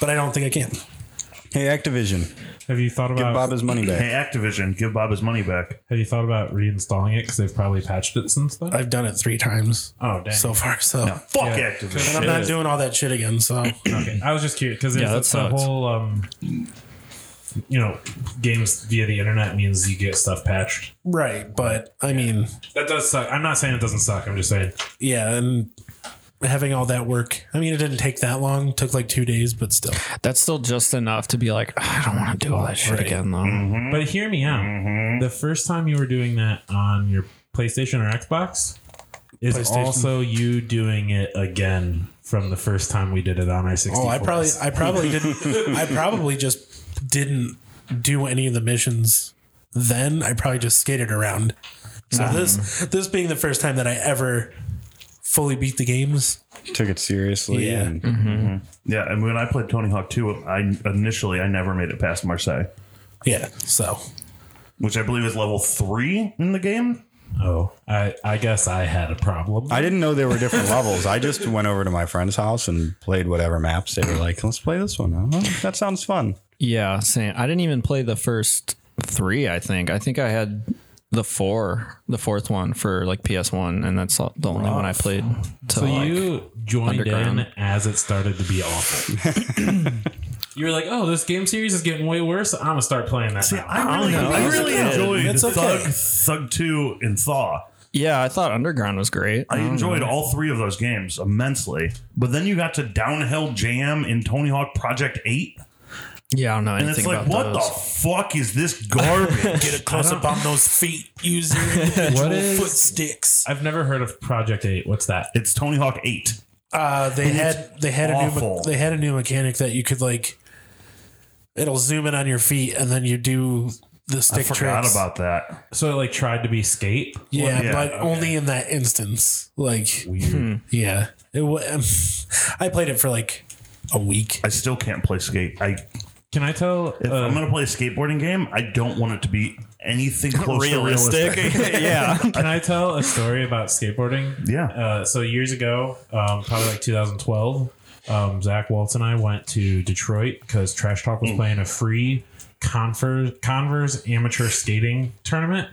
Speaker 3: but I don't think I can.
Speaker 2: Hey, Activision,
Speaker 4: Have you thought
Speaker 2: give
Speaker 4: about
Speaker 2: Bob his money
Speaker 1: Hey,
Speaker 2: back.
Speaker 1: Activision, give Bob his money back.
Speaker 4: Have you thought about reinstalling it because they've probably patched it since then?
Speaker 3: I've done it three times
Speaker 4: oh damn!
Speaker 3: so far, so
Speaker 1: Fuck
Speaker 4: Yeah.
Speaker 1: Activision.
Speaker 3: and I'm not doing all that shit again. So
Speaker 4: okay. I was just curious because
Speaker 5: Yeah,
Speaker 4: it's the
Speaker 5: that sucks.
Speaker 4: whole um, you know, games via the internet means you get stuff patched.
Speaker 3: right, but I mean,
Speaker 4: That does suck. I'm not saying it doesn't suck. I'm just saying
Speaker 3: yeah, and having all that work. I mean, it didn't take that long; it took like two days, but still.
Speaker 5: That's still just enough to be like, I don't want to do all that shit again, though.
Speaker 2: Mm-hmm.
Speaker 4: But hear me out.
Speaker 3: Mm-hmm.
Speaker 4: The first time you were doing that on your PlayStation or Xbox is
Speaker 3: PlayStation.
Speaker 4: also you doing it again from the first time we did it on our 64.
Speaker 3: Oh, I probably, I probably didn't. I probably just didn't do any of the missions. Then I probably just skated around. So this, this being the first time that I ever fully beat the games.
Speaker 2: Took it seriously.
Speaker 3: Yeah.
Speaker 2: and-
Speaker 1: Yeah, and when I played Tony Hawk 2, I initially I never made it past Marseille,
Speaker 3: Yeah. So
Speaker 1: which I believe is level three in the game.
Speaker 4: Oh, I, I guess I had a problem.
Speaker 2: I didn't know there were different levels. I just went over to my friend's house and played whatever maps they were like. Let's play this one. Oh, that sounds fun.
Speaker 5: Yeah, same. I didn't even play the first three. I think. I think I had the four, the fourth one for like PS One, and that's all- the only one I played. till,
Speaker 4: so
Speaker 5: like-
Speaker 4: you joined in
Speaker 5: Underground.
Speaker 4: as it started to be awful. you were like, oh, this game series is getting way worse. I'm going to start playing that. now.
Speaker 1: I really, I really enjoyed
Speaker 3: It's okay.
Speaker 1: Thug, Thug 2, and Thaw.
Speaker 5: yeah, I thought Underground was great.
Speaker 1: I enjoyed all three of those games immensely. But then you got to Downhill Jam in Tony Hawk Project 8.
Speaker 5: yeah, I don't know
Speaker 1: And it's
Speaker 5: anything
Speaker 1: like, what
Speaker 5: about those.
Speaker 1: the fuck is this garbage?
Speaker 3: get a close
Speaker 1: Ah.
Speaker 3: up on those feet using individual
Speaker 4: What is-
Speaker 3: foot sticks.
Speaker 4: I've never heard of Project 8. What's that?
Speaker 1: it's Tony Hawk 8.
Speaker 3: Uh, they had they had a new
Speaker 1: awful.
Speaker 3: me- they had a new mechanic that you could like. It'll zoom in on your feet, and then you do the stick
Speaker 1: Forgot
Speaker 3: tricks.
Speaker 1: about that.
Speaker 4: So it like tried to be skate.
Speaker 3: Yeah,
Speaker 1: yeah,
Speaker 3: but
Speaker 1: okay.
Speaker 3: only in that instance. Like,
Speaker 5: Hmm.
Speaker 3: yeah, it. wa- Um, I played it for like a week.
Speaker 1: I still can't play skate. I
Speaker 4: Can I tell?
Speaker 1: if
Speaker 4: uh,
Speaker 1: I'm gonna play a skateboarding game, I don't want it to be anything close to realistic.
Speaker 5: yeah,
Speaker 4: Can I tell a story about skateboarding?
Speaker 1: Yeah.
Speaker 4: Uh, so years ago, um, probably like 2012, um, Zach Waltz and I went to Detroit because Trash Talk was playing a free Converse, Converse amateur skating tournament,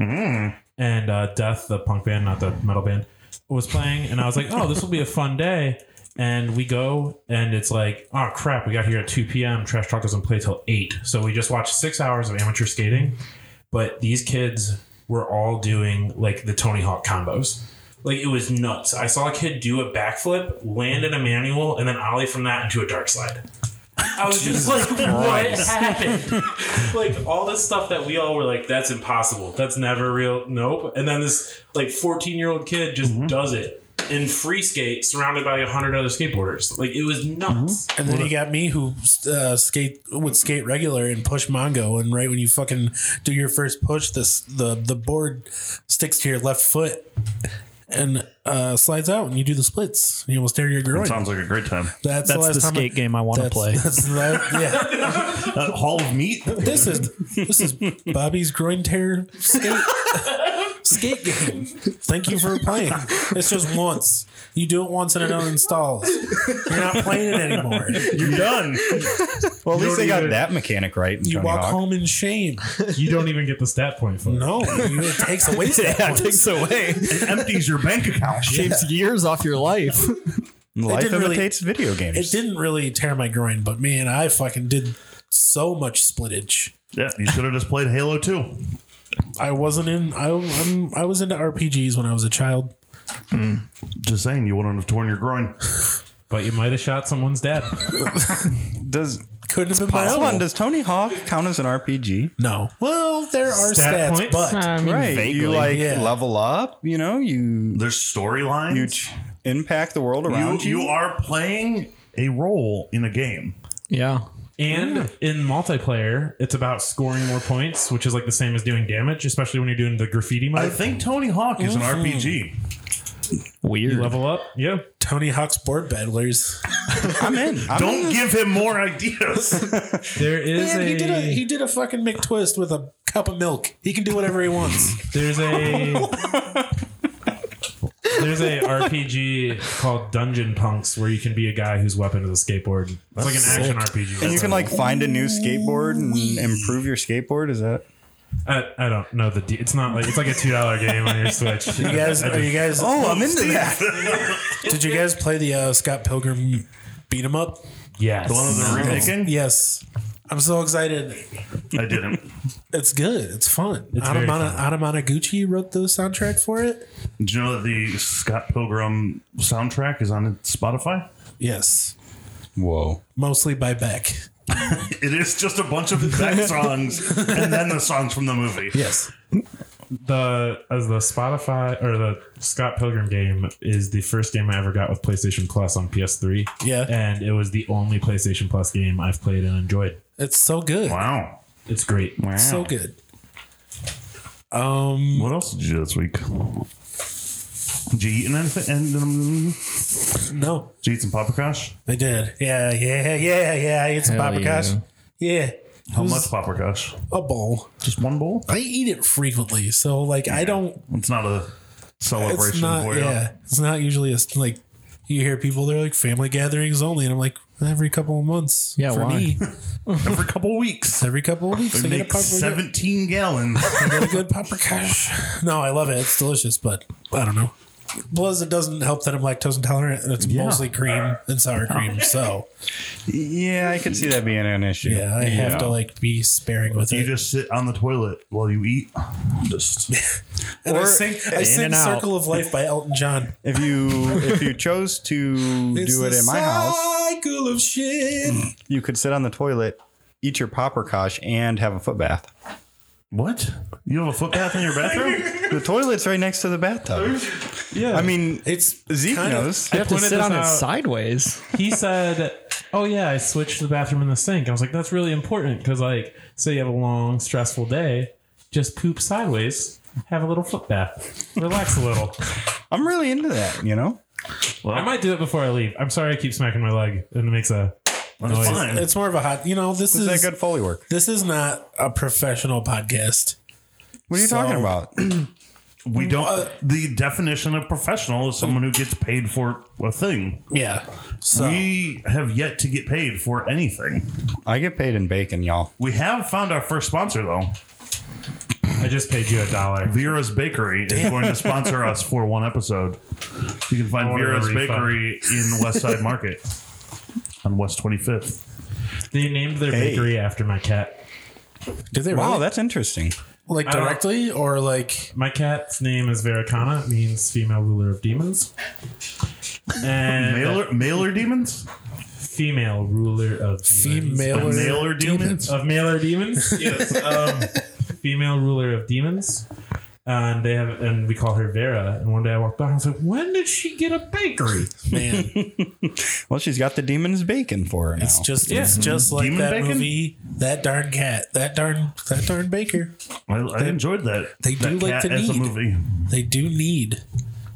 Speaker 4: and uh, Death, the punk band, not the metal band, was playing, and I was like, "Oh, this will be a fun day." And we go, and it's like, "Oh crap, we got here at 2 p.m. Trash Talk doesn't play till 8, so we just watched six hours of amateur skating." but these kids were all doing like the Tony Hawk combos. Like it was nuts. I saw a kid do a backflip, land in a manual, and then ollie from that into a dark slide. I was just like, what happened? like all this stuff that we all were like, that's impossible. That's never real. Nope. And then this like 14 year old kid just does it in free skate, surrounded by a hundred other skateboarders. Like it was nuts.
Speaker 3: Mm-hmm. And then you got me who uh, skate would skate regular and push Mongo, and right when you fucking do your first push, this the the board sticks to your left foot and uh, slides out, and you do the splits. You almost tear your groin.
Speaker 1: Sounds like a great time.
Speaker 3: that's
Speaker 5: that's the skate
Speaker 3: I,
Speaker 5: game I want to
Speaker 3: that's,
Speaker 5: play.
Speaker 3: That's the last- yeah.
Speaker 1: Uh, Hall of Meat.
Speaker 3: This is this is Bobby's groin tear skate skate game. Thank you for playing. It's just once. You do it once and it uninstalls. You're not playing it anymore.
Speaker 1: You're done.
Speaker 2: Well, at least they got that mechanic right. In
Speaker 3: You
Speaker 2: Tony
Speaker 3: walk
Speaker 2: Hawk.
Speaker 3: home in shame.
Speaker 4: You don't even get the stat point for it.
Speaker 3: No, it takes away stat points.
Speaker 5: away.
Speaker 1: It empties your bank account.
Speaker 5: Shaves years off your life.
Speaker 2: Life
Speaker 3: didn't really-
Speaker 2: imitates video games.
Speaker 3: It didn't really tear my groin, but man, I fucking did so much splittage.
Speaker 1: Yeah, you should have just played Halo 2.
Speaker 3: I wasn't in. I I'm, I was into RPGs when I was a child.
Speaker 1: Just saying, you wouldn't have torn your groin.
Speaker 4: But you might have shot someone's dad.
Speaker 2: Does
Speaker 3: Couldn't have been
Speaker 2: hold
Speaker 3: my
Speaker 2: on?
Speaker 3: own.
Speaker 2: Does Tony Hawk count as an RPG?
Speaker 3: No. Well, there are
Speaker 4: Stat
Speaker 3: stats,
Speaker 4: points?
Speaker 3: but
Speaker 2: right. You like
Speaker 3: Yeah.
Speaker 2: level up. You know. You
Speaker 1: There's storylines.
Speaker 2: you ch- impact the world
Speaker 1: You,
Speaker 2: around you.
Speaker 1: you are playing a role in a game.
Speaker 5: Yeah.
Speaker 4: And in multiplayer, it's about scoring more points, which is like the same as doing damage, especially when you're doing the graffiti mode.
Speaker 1: I think Tony Hawk is an
Speaker 3: mm-hmm.
Speaker 1: RPG.
Speaker 5: Weird.
Speaker 4: level up. Yeah.
Speaker 3: Tony Hawk's board battlers.
Speaker 2: I'm in. I'm
Speaker 1: Don't
Speaker 2: in.
Speaker 1: give him more ideas.
Speaker 4: There is
Speaker 3: Man,
Speaker 4: a,
Speaker 3: he did a he did a fucking McTwist with a cup of milk. He can do whatever he wants.
Speaker 4: there's a there's a RPG called Dungeon Punks where you can be a guy who's weapon is a skateboard. It's like an action RPG.
Speaker 2: And you can like find a new skateboard and improve your skateboard. Is that?
Speaker 4: I, I don't know the. De- it's not like it's like a two dollar game on your Switch.
Speaker 3: You guys, are you guys?
Speaker 2: Oh, I'm into that.
Speaker 3: Did you guys play the uh, Scott Pilgrim beat 'em up?
Speaker 4: Yes.
Speaker 1: the one of the remaking?
Speaker 3: Yes. I'm so excited.
Speaker 1: I didn't.
Speaker 3: It's good. It's fun.
Speaker 4: very
Speaker 3: Adamana, Adamanaguchi wrote the soundtrack for it.
Speaker 1: Did you know that the Scott Pilgrim soundtrack is on Spotify?
Speaker 3: Yes.
Speaker 2: Whoa.
Speaker 3: Mostly by Beck.
Speaker 1: It is just a bunch of back songs and then the songs from the movie.
Speaker 3: Yes.
Speaker 4: the as the Spotify or the Scott Pilgrim game is the first game I ever got with PlayStation Plus on PS3.
Speaker 3: Yeah.
Speaker 4: and it was the only PlayStation Plus game I've played and enjoyed.
Speaker 3: It's so good.
Speaker 1: Wow.
Speaker 4: It's great.
Speaker 1: Wow.
Speaker 3: So good. Um,
Speaker 1: What else did you do this week? Did you eat anything? And, um,
Speaker 3: no,
Speaker 1: did you eat some paprikash?
Speaker 3: I did. Yeah, yeah, yeah, yeah. I ate some
Speaker 5: Hell
Speaker 3: paprikash. Yeah.
Speaker 1: How much paprikash?
Speaker 3: A bowl.
Speaker 1: Just one bowl?
Speaker 3: I eat it frequently, so like I don't.
Speaker 1: It's not a celebration
Speaker 3: It's not.
Speaker 1: for you.
Speaker 3: Yeah, it's not usually a s- like. You hear people they're like family gatherings only, and I'm like every couple of months.
Speaker 5: Yeah,
Speaker 3: for
Speaker 5: why?
Speaker 3: me,
Speaker 1: Every couple weeks.
Speaker 3: every couple of weeks.
Speaker 1: They
Speaker 3: I get a
Speaker 1: make
Speaker 3: paprika.
Speaker 1: 17 gallons.
Speaker 3: I get a good paprikash. No, I love it. It's delicious, but I don't know. Plus, it doesn't help that I'm lactose intolerant, and it's mostly cream and sour
Speaker 2: Oh.
Speaker 3: cream. So
Speaker 2: Yeah, I could see that being an issue.
Speaker 3: yeah, I have to like be sparing with
Speaker 1: you
Speaker 3: it.
Speaker 1: just sit on the toilet while you eat. Just
Speaker 3: And I
Speaker 2: Or
Speaker 3: sing, I
Speaker 2: in
Speaker 3: sing
Speaker 2: and out.
Speaker 3: "Circle of Life" by Elton John.
Speaker 2: If you if you chose to
Speaker 3: It's
Speaker 2: do it
Speaker 3: the
Speaker 2: in my house, Mm.
Speaker 3: Cycle of shit.
Speaker 2: you could sit on the toilet, eat your paprikash, and have a foot bath.
Speaker 1: what? You have a foot bath in your bathroom?
Speaker 2: The toilet's right next to the bathtub.
Speaker 4: Yeah,
Speaker 2: I mean,
Speaker 3: It's
Speaker 2: Zeke
Speaker 3: kind of-
Speaker 2: knows.
Speaker 5: You have to
Speaker 4: pointed
Speaker 5: sit
Speaker 4: this
Speaker 5: on it
Speaker 4: out.
Speaker 5: sideways.
Speaker 4: he said, "Oh yeah, I switched the bathroom and the sink." I was like, "That's really important because like, say you have a long, stressful day, just poop sideways." Have a little foot bath. Relax a little.
Speaker 2: I'm really into that. You know,
Speaker 4: I might do it before I leave. I'm sorry I keep smacking my leg and it makes a
Speaker 1: That's fine.
Speaker 3: It's more of a hot. You know, this
Speaker 2: is that
Speaker 3: is
Speaker 2: good Foley work?
Speaker 3: this is not a professional podcast.
Speaker 2: What are you
Speaker 3: So-
Speaker 2: talking about?
Speaker 1: We don't.
Speaker 3: uh,
Speaker 1: the definition of professional is someone who gets paid for a thing.
Speaker 3: Yeah. So
Speaker 1: We have yet to get paid for anything.
Speaker 2: I get paid in bacon, y'all.
Speaker 1: We have found our first sponsor though.
Speaker 4: I just paid you a dollar.
Speaker 1: Vera's Bakery is going to sponsor us for one episode. You can
Speaker 4: I
Speaker 1: find
Speaker 4: want a
Speaker 1: Vera's
Speaker 4: refund.
Speaker 1: Bakery in West Side Market on West 25th.
Speaker 4: They named their
Speaker 2: Hey.
Speaker 4: bakery after my cat.
Speaker 3: did they
Speaker 2: Wow,
Speaker 3: really?
Speaker 2: that's interesting.
Speaker 3: like
Speaker 4: don't-
Speaker 3: directly or like
Speaker 4: My cat's name is Veracana. It means female ruler of demons. And
Speaker 1: Mailer, mailer demons?
Speaker 4: female ruler of demons.
Speaker 3: female or
Speaker 1: Mailer demons?
Speaker 4: of mailer demons. yes. Um, female ruler of demons. And they have, and we call her Vera. And one day I walked by and I was like, "When did she get a bakery?"
Speaker 3: man?
Speaker 2: Well, she's got the demon's bacon for her now.
Speaker 3: It's just it's just like
Speaker 1: Demon
Speaker 3: that
Speaker 1: bacon?
Speaker 3: movie. That darn cat. That darn that darn baker.
Speaker 1: I, I enjoyed that.
Speaker 3: they
Speaker 1: that
Speaker 3: do like
Speaker 1: cat
Speaker 3: to
Speaker 1: as a
Speaker 3: knead.
Speaker 1: movie.
Speaker 3: They do need.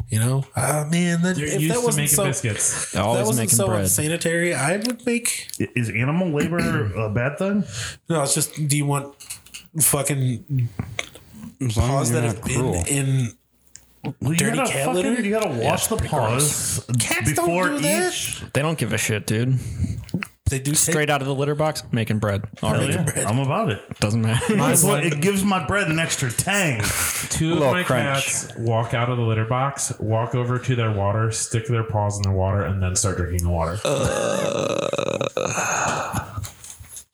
Speaker 3: You know, ah man, that,
Speaker 4: They're
Speaker 3: if
Speaker 4: used
Speaker 3: that
Speaker 4: to
Speaker 3: wasn't
Speaker 4: making
Speaker 3: so
Speaker 4: biscuits.
Speaker 5: They're
Speaker 3: if that
Speaker 5: Always
Speaker 3: wasn't
Speaker 5: making
Speaker 3: so
Speaker 5: bread.
Speaker 3: unsanitary, I would make
Speaker 1: I- Is animal labor a bad thing?
Speaker 3: No, it's just do you want fucking
Speaker 2: as long
Speaker 3: paws
Speaker 2: as you're
Speaker 3: that
Speaker 2: not
Speaker 3: have been
Speaker 2: cruel.
Speaker 3: in
Speaker 1: Well, you
Speaker 3: Dirty
Speaker 1: gotta
Speaker 3: cat
Speaker 1: fucking-
Speaker 3: litter?
Speaker 1: You gotta wash the paws
Speaker 3: Cats don't
Speaker 1: before
Speaker 3: do that.
Speaker 1: each.
Speaker 5: They don't give a shit, dude.
Speaker 3: they do take
Speaker 5: Straight out of the litter box, making bread. All
Speaker 1: Hell
Speaker 5: right.
Speaker 1: yeah,
Speaker 3: bread.
Speaker 1: I'm about it.
Speaker 5: Doesn't matter.
Speaker 1: That's what- it gives my bread an extra tang.
Speaker 4: Two of
Speaker 2: Little
Speaker 4: my
Speaker 2: crunch.
Speaker 4: cats walk out of the litter box, walk over to their water, stick their paws in their water, and then start drinking the water.
Speaker 3: Uh.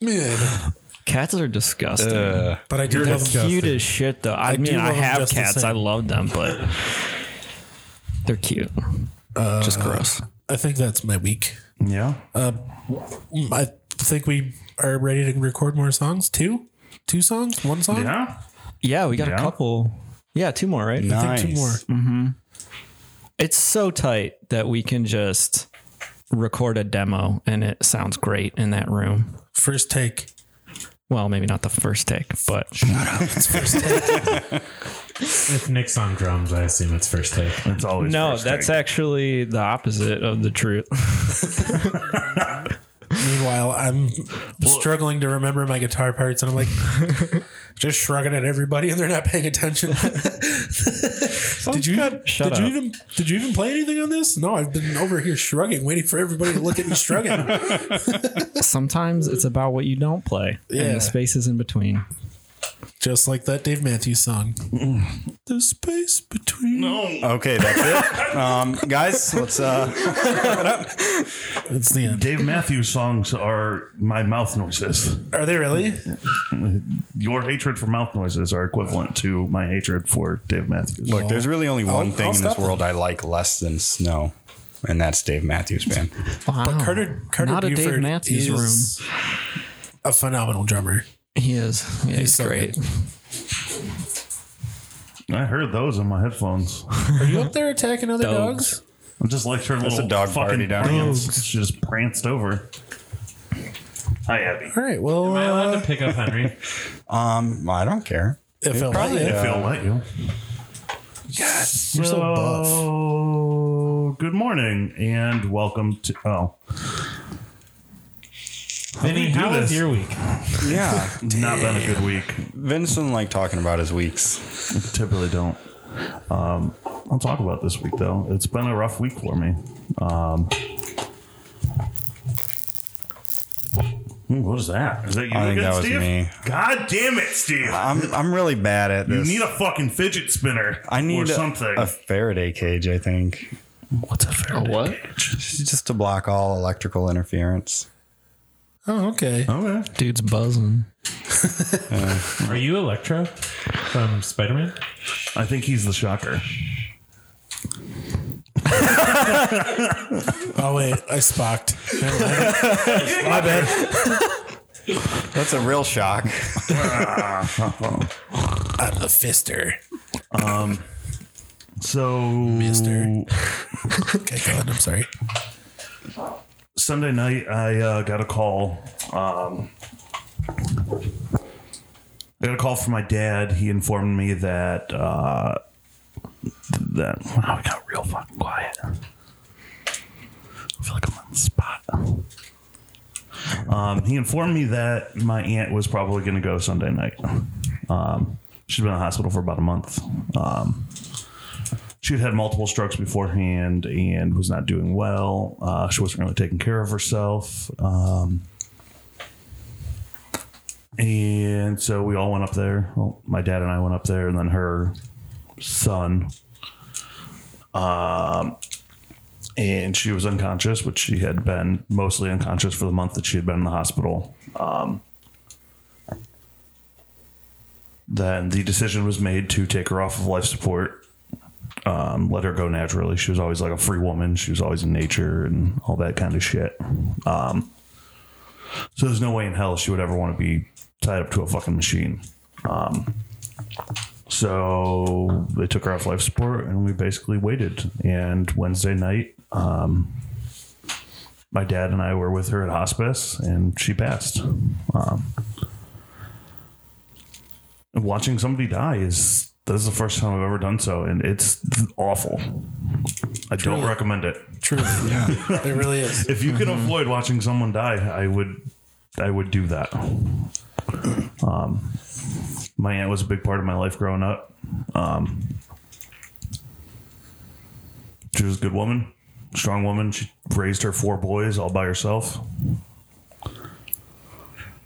Speaker 3: man.
Speaker 5: Cats are disgusting.
Speaker 3: But I do love them.
Speaker 5: cute as shit, though. I,
Speaker 3: I do
Speaker 5: mean, I
Speaker 3: love 'em
Speaker 5: have
Speaker 3: just the
Speaker 5: cats.
Speaker 3: same.
Speaker 5: I love them, but they're cute. Just gross.
Speaker 3: I think that's my week.
Speaker 1: Yeah.
Speaker 3: Mm, I think we are ready to record more songs. Two, two songs, one song.
Speaker 1: yeah.
Speaker 5: Yeah, we got
Speaker 1: Yeah.
Speaker 5: a couple. Yeah, two more, right?
Speaker 3: I think two more.
Speaker 5: It's so tight that we can just record a demo and it sounds great in that room.
Speaker 3: First take.
Speaker 5: Well, maybe not the first take, but
Speaker 4: If Nick's on drums, I assume it's first take.
Speaker 1: It's always
Speaker 5: no,
Speaker 1: first
Speaker 5: that's
Speaker 1: take.
Speaker 5: actually the opposite of the truth.
Speaker 3: Meanwhile, I'm struggling to remember my guitar parts, and I'm like, just shrugging at everybody, and they're not paying attention. did you even,
Speaker 5: Shut
Speaker 3: did you
Speaker 5: up.
Speaker 3: even did you even play anything on this? No, I've been over here shrugging, waiting for everybody to look at me shrugging.
Speaker 5: Sometimes it's about what you don't play and
Speaker 3: Yeah.
Speaker 5: the spaces in between.
Speaker 3: Just like that Dave Matthews song. the space between.
Speaker 4: Oh.
Speaker 2: Okay, that's it. Um, guys, let's uh,
Speaker 3: That's the end.
Speaker 1: Dave Matthews songs are my mouth noises.
Speaker 3: Are they really?
Speaker 1: Your hatred for mouth noises are equivalent to my hatred for Dave Matthews.
Speaker 2: look. There's really only one
Speaker 3: I'll-
Speaker 2: thing
Speaker 3: I'll
Speaker 2: in this
Speaker 3: stop
Speaker 2: world I like less than snow, and that's Dave Matthews Band.
Speaker 5: Wow.
Speaker 3: But Carter Carter
Speaker 5: not a
Speaker 3: Buford
Speaker 5: Dave Matthews
Speaker 3: is
Speaker 5: room.
Speaker 3: A phenomenal drummer.
Speaker 5: He is. Yeah, he's,
Speaker 3: so
Speaker 5: great.
Speaker 1: I heard those in my headphones.
Speaker 3: Are you up there attacking other
Speaker 5: Dogs.
Speaker 3: dogs?
Speaker 1: I'm just like her little
Speaker 2: a dog
Speaker 1: fucking
Speaker 2: party down here.
Speaker 1: prance. She just pranced over. Hi, Abby.
Speaker 3: All right. Well,
Speaker 4: Am I allowed
Speaker 3: uh,
Speaker 4: to pick up Henry?
Speaker 2: Um, I don't care.
Speaker 3: if I
Speaker 2: Probably,
Speaker 3: like it.
Speaker 1: If
Speaker 2: uh,
Speaker 1: he'll let you.
Speaker 3: you're so buff.
Speaker 1: So, good morning and welcome to. Oh,
Speaker 4: Vinny,
Speaker 1: do
Speaker 4: how was
Speaker 1: this?
Speaker 4: your week?
Speaker 2: Yeah,
Speaker 1: not been a good week.
Speaker 2: Vincent like talking about his weeks.
Speaker 1: Typically don't. Um, I'll talk about this week though. It's been a rough week for me. Um, Ooh, hmm, what is that? Is that you
Speaker 2: I think
Speaker 1: again,
Speaker 2: that was
Speaker 1: Steve?
Speaker 2: me.
Speaker 1: God damn it, Steve!
Speaker 2: I'm I'm really bad at
Speaker 1: you
Speaker 2: this.
Speaker 1: need a fucking fidget spinner.
Speaker 2: I need
Speaker 1: or
Speaker 2: a-
Speaker 1: something.
Speaker 2: A, Faraday cage, I think,
Speaker 5: What's a fair? what?
Speaker 2: just to block all electrical interference.
Speaker 3: Oh, okay.
Speaker 1: okay.
Speaker 5: Dude's buzzing.
Speaker 4: Are you Electro from Spider Man?
Speaker 1: I think he's the shocker.
Speaker 3: Oh wait, I spocked. Never mind. My bad.
Speaker 2: That's a real shock.
Speaker 3: I'm a fister.
Speaker 1: So,
Speaker 3: Mister. Okay, go ahead. I'm sorry.
Speaker 1: Sunday night, I uh, got a call. Um, I got a call from my dad. He informed me that uh, that wow, I got real fucking quiet. I feel like I'm on the spot. Um, he informed me that my aunt was probably going to go Sunday night. Um, she's been in the hospital for about a month. Um, she had had multiple strokes beforehand and was not doing well. Uh, she wasn't really taking care of herself. Um, and so we all went up there. Well, my dad and I went up there, and then her son. Um, and she was unconscious, but she had been mostly unconscious for the month that she had been in the hospital. Um, then the decision was made to take her off of life support, um, let her go naturally. She was always like a free woman. She was always in nature and all that kind of shit. Um, so there's no way in hell she would ever want to be tied up to a fucking machine. Um, so they took her off life support and we basically waited. And Wednesday night, um, my dad and I were with her at hospice and she passed. Um, watching somebody die is this is the first time I've ever done so, and it's awful. I don't recommend it.
Speaker 3: True. Yeah, it really is.
Speaker 1: If you can avoid watching someone die, I would, I would do that. Um, my aunt was a big part of my life growing up. Um, she was a good woman, strong woman. She raised her four boys all by herself.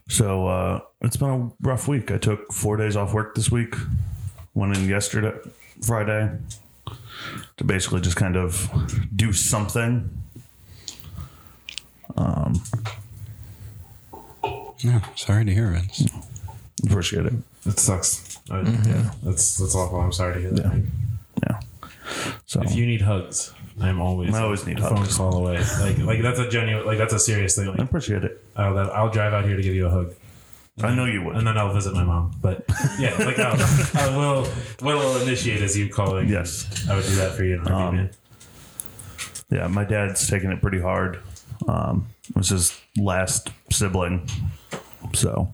Speaker 1: So uh, it's been a rough week. I took four days off work this week. Went in yesterday, Friday, to basically just kind of do something.
Speaker 2: Yeah, sorry to hear, Vince.
Speaker 1: Appreciate it.
Speaker 4: That sucks. I, Yeah, that's that's awful. I'm sorry to hear that.
Speaker 1: Mm-hmm. Yeah. So
Speaker 4: If you need hugs, I'm always
Speaker 1: I always need
Speaker 4: a phone
Speaker 1: hugs.
Speaker 4: call away. Like like that's a genuine like that's a serious thing.
Speaker 1: I
Speaker 4: Like,
Speaker 1: appreciate it.
Speaker 4: I'll, I'll drive out here to give you a hug.
Speaker 1: I know you would.
Speaker 4: and then I'll visit my mom. But yeah, like I'll, I will, will initiate as you calling.
Speaker 1: Yes. Um,
Speaker 4: I would do that for you. in a heartbeat, man.
Speaker 1: Yeah, my dad's taking it pretty hard. Um, was his last sibling, so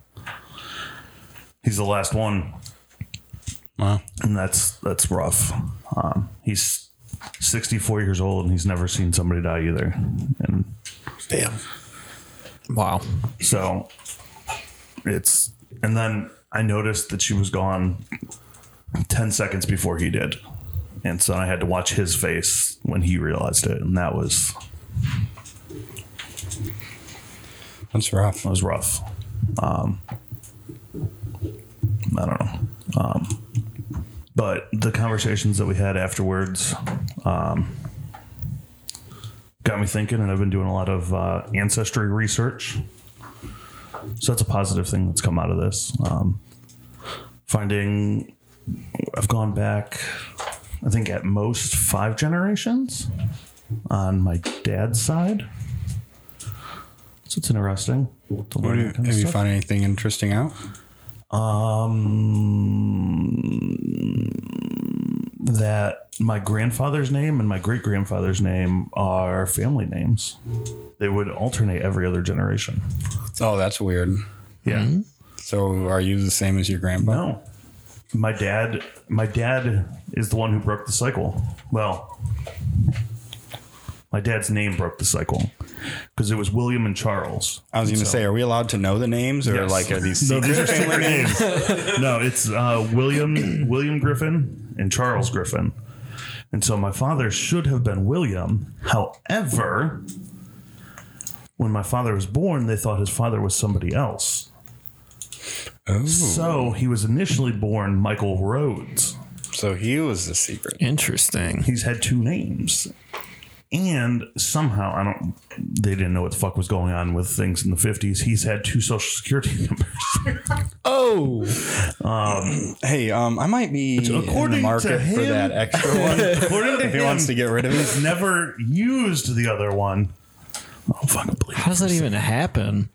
Speaker 1: he's the last one,
Speaker 2: Wow.
Speaker 1: and that's that's rough. Um, he's 64 years old, and he's never seen somebody die either, and
Speaker 3: Damn.
Speaker 5: Wow.
Speaker 1: so it's and then I noticed that she was gone 10 seconds before he did. And so I had to watch his face when he realized it and that was
Speaker 2: That's rough.
Speaker 1: that was rough. Um I don't know. Um but the conversations that we had afterwards um got me thinking and I've been doing a lot of uh, ancestry research. So that's a positive thing that's come out of this. Um, finding, I've gone back, I think at most five generations on my dad's side. So it's interesting. to
Speaker 2: What
Speaker 1: learn
Speaker 2: do you,
Speaker 1: that kind of Um,
Speaker 2: have you
Speaker 1: stuff.
Speaker 2: found anything interesting out?
Speaker 1: that my grandfather's name and my great grandfather's name are family names. They would alternate every other generation.
Speaker 2: Oh, that's weird.
Speaker 1: Yeah.
Speaker 2: So are you the same as your grandpa?
Speaker 1: No. My dad my dad is the one who broke the cycle. Well, my dad's name broke the cycle because it was William and Charles.
Speaker 2: I was going to say, are we allowed to know the names or
Speaker 1: Yes.
Speaker 2: like are these
Speaker 1: No,
Speaker 2: secret
Speaker 1: these are
Speaker 2: family names?
Speaker 1: no, it's uh, William William Griffin and Charles Griffin. And so my father should have been William. However, when my father was born, they thought his father was somebody else.
Speaker 2: Oh,
Speaker 1: So he was initially born Michael Rhodes.
Speaker 2: so he was the secret.
Speaker 5: Interesting.
Speaker 1: He's had two names. And somehow, I don't, they didn't know what the fuck was going on with things in the 50s. He's had two social security numbers.
Speaker 5: Oh,
Speaker 2: Hey, um, I might be in
Speaker 1: according
Speaker 2: the
Speaker 1: to
Speaker 2: market for
Speaker 1: him-
Speaker 2: that extra one.
Speaker 1: According to
Speaker 2: if he wants to get rid of it.
Speaker 1: never used the other one. Oh, I don't fucking believe
Speaker 5: how does that even happen?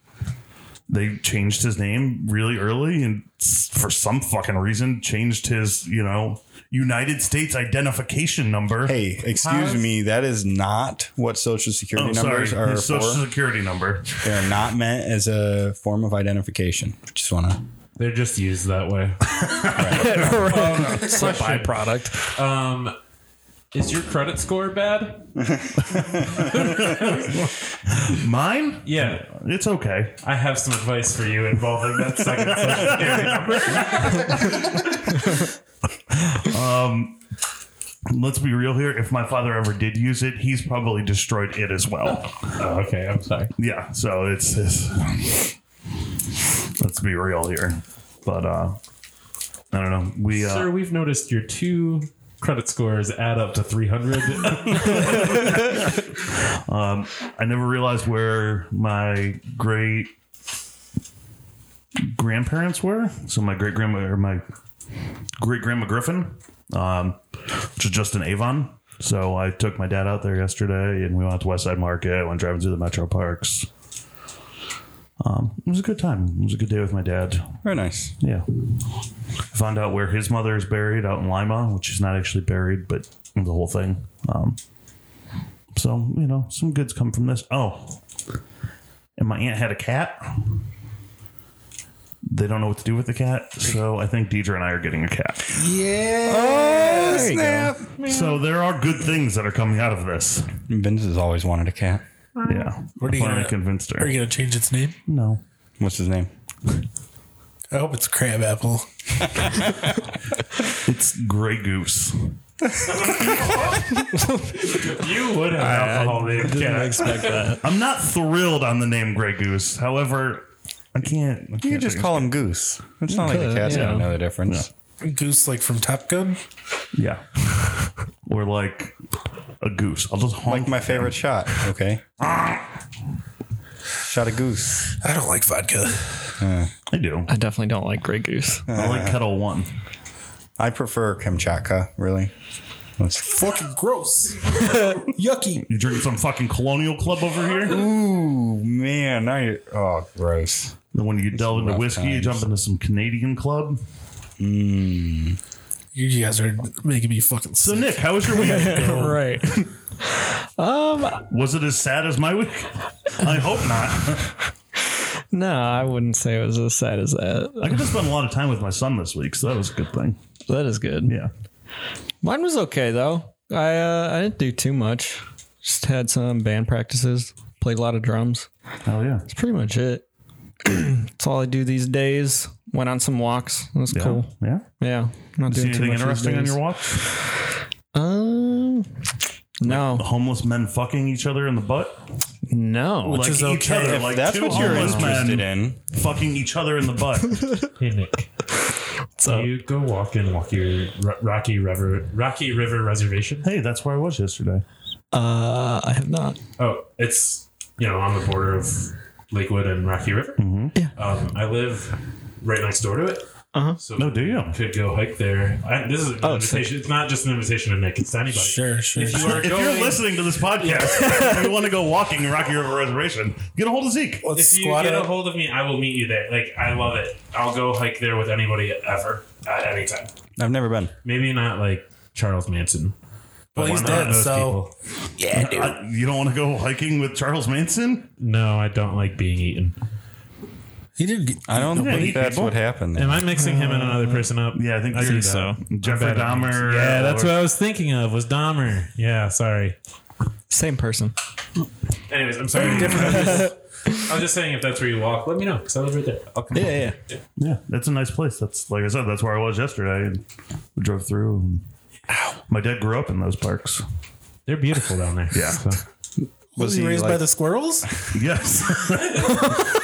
Speaker 1: they changed his name really early and s- for some fucking reason changed his, you know, United States identification number.
Speaker 2: Hey, excuse me, that is not what social security
Speaker 1: oh, sorry,
Speaker 2: numbers are
Speaker 1: his
Speaker 2: for.
Speaker 1: social security number.
Speaker 2: They're not meant as a form of identification. Just want to
Speaker 4: They're just used that way. Oh,
Speaker 5: It's a byproduct.
Speaker 4: Um, is your credit score bad?
Speaker 1: Mine?
Speaker 4: Yeah,
Speaker 1: It's okay.
Speaker 4: I have some advice for you involving that second social security number.
Speaker 1: Let's be real here. If my father ever did use it, he's probably destroyed it as well.
Speaker 4: Oh, okay, I'm sorry.
Speaker 1: Yeah, so it's, it's let's be real here. But uh I don't know. We uh,
Speaker 4: Sir, we've noticed your two credit scores add up to 300.
Speaker 1: I never realized where my great grandparents were. So my great grandma or my great grandma Griffin, um, which is just in Avon. So I took my dad out there yesterday, and we went out to West Side Market. Went driving through the metro parks. Um, it was a good time. It was a good day with my dad.
Speaker 2: Very nice.
Speaker 1: Yeah. I found out where his mother is buried out in Lima, which is not actually buried, but the whole thing. Um, so, you know, some goods come from this. Oh. And my aunt had a cat. They don't know what to do with the cat. So I think Deidre and I are getting a cat.
Speaker 2: Yeah. Oh, snap.
Speaker 1: So there are good things that are coming out of this.
Speaker 2: Vince has always wanted a cat.
Speaker 1: Yeah.
Speaker 3: What are you
Speaker 1: I finally
Speaker 3: gonna-
Speaker 1: convinced
Speaker 3: Are
Speaker 1: her.
Speaker 3: you going to change its name?
Speaker 1: no.
Speaker 2: What's his name?
Speaker 3: I hope it's crab apple.
Speaker 1: It's Grey Goose.
Speaker 4: you would have alcohol named cat.
Speaker 5: expect that.
Speaker 1: I'm not thrilled on the name Grey Goose. However, I can't. I
Speaker 2: You
Speaker 1: can't
Speaker 2: could just
Speaker 1: think-
Speaker 2: call him Goose. It's not like the
Speaker 5: could,
Speaker 2: cat's
Speaker 5: yeah.
Speaker 2: gonna know the difference.
Speaker 3: Goose, like from Top Gun.
Speaker 1: Yeah. or like a goose. I'll just honk.
Speaker 2: Like my favorite shot. Okay. shot a goose.
Speaker 3: I don't like vodka.
Speaker 1: I do.
Speaker 5: I definitely don't like Grey Goose.
Speaker 1: I like Kettle One.
Speaker 2: I prefer Kamchatka. Really. That's
Speaker 3: Fucking gross. Yucky.
Speaker 1: You drinking some fucking Colonial Club over here?
Speaker 2: Ooh man, now you oh gross.
Speaker 1: Then when you delve into
Speaker 2: rough
Speaker 1: whiskey, you
Speaker 2: times.
Speaker 1: jump into some Canadian Club.
Speaker 3: You guys are making me fucking
Speaker 1: So
Speaker 3: sick.
Speaker 1: Nick, how was your week?
Speaker 5: right.
Speaker 1: Was it as sad as my week? I hope not.
Speaker 5: No, I wouldn't say it was as sad as that.
Speaker 1: I got to spend a lot of time with my son this week, so that was a good thing.
Speaker 5: That is good.
Speaker 1: Yeah.
Speaker 5: Mine was okay though. I uh, I didn't do too much. Just had some band practices. Played a lot of drums.
Speaker 1: Hell yeah.
Speaker 5: That's pretty much it. That's all I do these days. Went on some walks. It was
Speaker 1: Yeah.
Speaker 5: cool.
Speaker 1: Yeah.
Speaker 5: Yeah, not
Speaker 1: See
Speaker 5: doing too
Speaker 1: anything
Speaker 5: much these
Speaker 1: interesting on
Speaker 5: days.
Speaker 1: your walk?
Speaker 5: Um,
Speaker 1: The
Speaker 5: no,
Speaker 1: homeless men fucking each other in the butt?
Speaker 5: no.
Speaker 1: like
Speaker 3: is
Speaker 1: each
Speaker 3: okay.
Speaker 1: other.
Speaker 2: If
Speaker 1: like
Speaker 2: that's
Speaker 1: two
Speaker 2: what you're
Speaker 1: homeless
Speaker 2: interested
Speaker 1: men
Speaker 2: in,
Speaker 1: fucking each other in the butt.
Speaker 4: Hey Nick,
Speaker 5: up?
Speaker 4: you go walk in Rocky Ro- Rocky River Rocky River Reservation.
Speaker 1: hey, that's where I was yesterday.
Speaker 5: Uh, I have not.
Speaker 4: Oh, it's you know on the border of Lakewood and Rocky River. Um, I live right next door to it. Uh-huh. So
Speaker 1: No, do you?
Speaker 4: could go hike there. I, this is an
Speaker 5: Oh, sick.
Speaker 4: invitation. It's not just an invitation to Nick. It's to anybody.
Speaker 3: Sure, sure.
Speaker 4: If you are
Speaker 1: If
Speaker 4: going,
Speaker 1: you're listening to this podcast and you want to go walking in Rocky River Reservation, get a hold of Zeke.
Speaker 3: Let's
Speaker 4: if you
Speaker 3: squat
Speaker 4: get a
Speaker 3: up.
Speaker 4: hold of me, I will meet you there. Like I love it. I'll go hike there with anybody ever at any time.
Speaker 2: I've never been.
Speaker 4: Maybe not like Charles Manson. but
Speaker 3: Well,
Speaker 4: why
Speaker 3: he's
Speaker 4: not
Speaker 3: dead,
Speaker 4: those
Speaker 3: so
Speaker 4: people?
Speaker 1: I- Uh, you don't want to go hiking with Charles Manson?
Speaker 4: no, I don't like being eaten.
Speaker 3: he did. Get,
Speaker 2: I don't
Speaker 1: Yeah, eat
Speaker 2: think that's
Speaker 1: people.
Speaker 2: what happened. there.
Speaker 4: Am I mixing him and another person up?
Speaker 1: Yeah, I think,
Speaker 4: I think
Speaker 1: so.
Speaker 4: so.
Speaker 1: Jeffrey Dahmer. uh,
Speaker 4: Yeah, that's
Speaker 1: or-
Speaker 4: what I was thinking of. Was Dahmer? Yeah, sorry.
Speaker 5: Same person.
Speaker 4: Anyways, I'm sorry. I was just saying, if that's where you walk, let me know because I live right there. I'll come.
Speaker 5: Yeah, yeah.
Speaker 1: Yeah, that's a nice place. That's like I said, that's where I was yesterday. And we drove through. And My dad grew up in those parks.
Speaker 4: They're beautiful down there.
Speaker 1: Yeah.
Speaker 3: was he raised by the squirrels?
Speaker 1: Yes.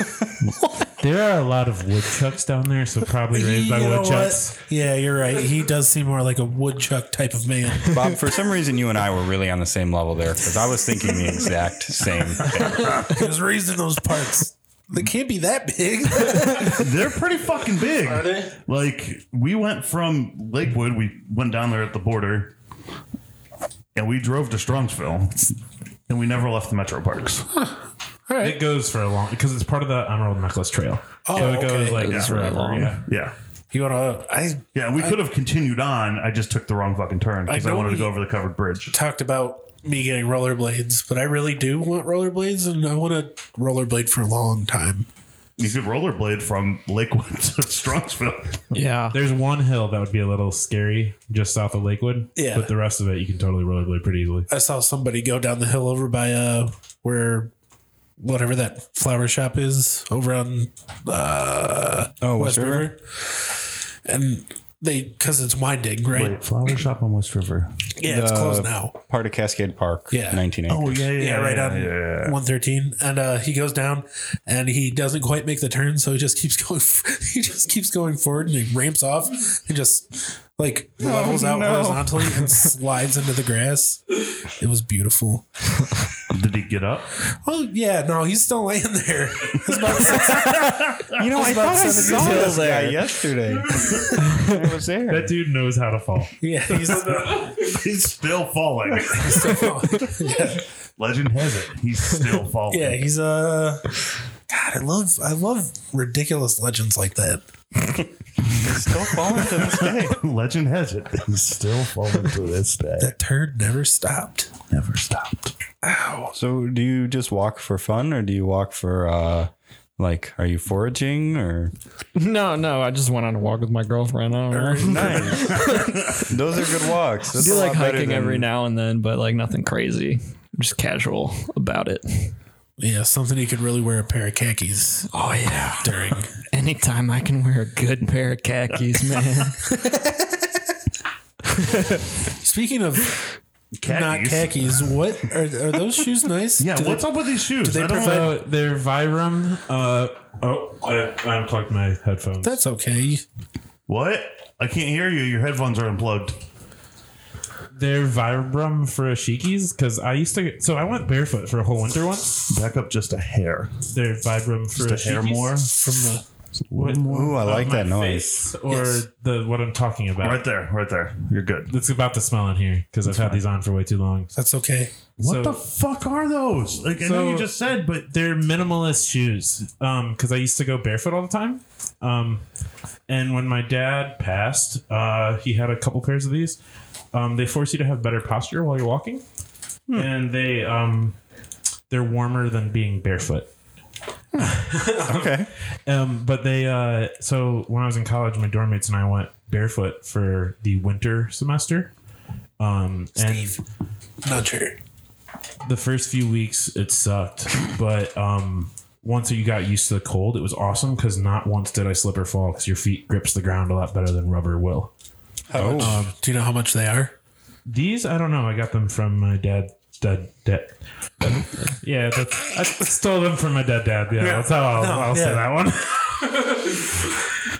Speaker 4: there are a lot of woodchucks down there, so probably raised by
Speaker 3: You know
Speaker 4: woodchucks.
Speaker 3: what? Yeah, you're right. He does seem more like a woodchuck type of man.
Speaker 2: Bob, for some reason, you and I were really on the same level there because I was thinking the exact same thing.
Speaker 3: he was raised in those parts. They can't be that big.
Speaker 1: They're pretty fucking big. Are they? Like we went from Lakewood, we went down there at the border, and we drove to Strongsville, and we never left the metro parks.
Speaker 4: It goes for a long because it's part of the Emerald Necklace Trail.
Speaker 3: Oh,
Speaker 4: so it goes
Speaker 3: okay.
Speaker 4: like
Speaker 5: It's really
Speaker 4: forever.
Speaker 5: long.
Speaker 4: Yeah.
Speaker 1: Yeah.
Speaker 3: You want to? I
Speaker 1: Yeah, we could have continued on. I just took the wrong fucking turn because
Speaker 3: I
Speaker 1: I,
Speaker 3: know
Speaker 1: wanted to
Speaker 3: we-
Speaker 1: go over the covered bridge.
Speaker 3: talked about me getting rollerblades, but I really do want rollerblades, and I want to rollerblade for a long time.
Speaker 1: You could rollerblade from Lakewood to Strongsville.
Speaker 5: Yeah.
Speaker 4: There's one hill that would be a little scary just south of Lakewood.
Speaker 3: Yeah.
Speaker 4: But the rest of it, you can totally rollerblade pretty easily.
Speaker 3: I saw somebody go down the hill over by uh where whatever that flower shop is over on uh
Speaker 2: Oh,
Speaker 3: West River. And they because it's winding, right?
Speaker 1: flower shop on West River.
Speaker 3: Yeah, it's
Speaker 2: The-
Speaker 3: closed now.
Speaker 2: Part of Cascade Park.
Speaker 3: Yeah.
Speaker 2: 1980.
Speaker 1: Oh yeah, yeah,
Speaker 3: Yeah, right on
Speaker 1: yeah, yeah.
Speaker 3: 113. And uh he goes down and he doesn't quite make the turn, so he just keeps going he just keeps going forward and he ramps off and just like
Speaker 1: Oh,
Speaker 3: levels out
Speaker 2: no.
Speaker 3: horizontally and slides into the grass. It was beautiful.
Speaker 1: Did he get up?
Speaker 3: Well, yeah, no, he's still laying there. It's about six-
Speaker 2: You know, I thought I saw
Speaker 5: Hill
Speaker 2: this guy
Speaker 5: there.
Speaker 2: yesterday. I was there.
Speaker 4: That dude knows how to fall.
Speaker 3: yeah,
Speaker 1: Oh,
Speaker 3: he's
Speaker 1: He's still falling.
Speaker 3: still, yeah,
Speaker 1: Legend has it. He's still falling.
Speaker 3: yeah, he's uh God, I love I love ridiculous legends like that.
Speaker 2: still falling to this day.
Speaker 1: Legend has it. He's still falling to this day.
Speaker 3: That turd never stopped.
Speaker 1: Never stopped.
Speaker 2: So, do you just walk for fun, or do you walk for uh, like, are you foraging or?
Speaker 5: No, no. I just went on a walk with my girlfriend. I don't know.
Speaker 2: Nice. Those are good walks.
Speaker 5: I
Speaker 2: That's
Speaker 5: do
Speaker 2: a lot
Speaker 5: like
Speaker 2: better
Speaker 5: hiking
Speaker 2: than-
Speaker 5: every now and then, but like nothing crazy. Just casual about it.
Speaker 3: Yeah, something you could really wear a pair of khakis
Speaker 5: Oh yeah.
Speaker 3: during.
Speaker 5: Anytime I can wear a good pair of khakis, man.
Speaker 3: Speaking of
Speaker 1: Khakis.
Speaker 3: not khakis, what are, are those shoes nice?
Speaker 1: Yeah,
Speaker 3: Do they-
Speaker 1: what's up with these shoes?
Speaker 3: they
Speaker 1: I don't
Speaker 3: provide-
Speaker 1: know.
Speaker 4: So they're Vibram. Uh, oh, I, I unplugged my headphones.
Speaker 3: that's okay.
Speaker 1: What? I can't hear you. Your headphones are unplugged.
Speaker 4: They're Vibram for Ashikis because I used to. So I went barefoot for a whole winter once.
Speaker 1: Back up just a hair.
Speaker 4: They're Vibram for
Speaker 1: Just a hair
Speaker 4: Ashikis.
Speaker 1: more.
Speaker 3: From the
Speaker 4: What-
Speaker 2: Ooh, I like
Speaker 4: my
Speaker 2: that noise.
Speaker 4: face or
Speaker 3: Yes.
Speaker 4: the what I'm talking about.
Speaker 1: Right there, right there. You're good.
Speaker 4: It's about the smell in here because I've had these on for way too long.
Speaker 3: that's okay.
Speaker 1: What
Speaker 4: So-
Speaker 1: the fuck are those? Like I know
Speaker 4: So-
Speaker 1: you just said, but
Speaker 4: They're minimalist shoes because I used to go barefoot all the time. Um, and when my dad passed, uh, he had a couple pairs of these. Um, they force you to have better posture while you're walking. and they um they're warmer than being barefoot.
Speaker 2: Okay.
Speaker 4: Um, but they uh, so when I was in college, my dorm mates and I went barefoot for the winter semester. Um, and
Speaker 3: Not sure.
Speaker 4: the first few weeks it sucked, but um, once you got used to the cold, it was awesome because not once did I slip or fall because your feet grips the ground a lot better than rubber will.
Speaker 2: Oh,
Speaker 3: Do you know how much they are?
Speaker 4: These I don't know. I got them from my dad. Dad. Dad. yeah, that's, I stole them from my dad. Dad. Yeah, that's how I'll, I'll say
Speaker 3: yeah.
Speaker 4: that one.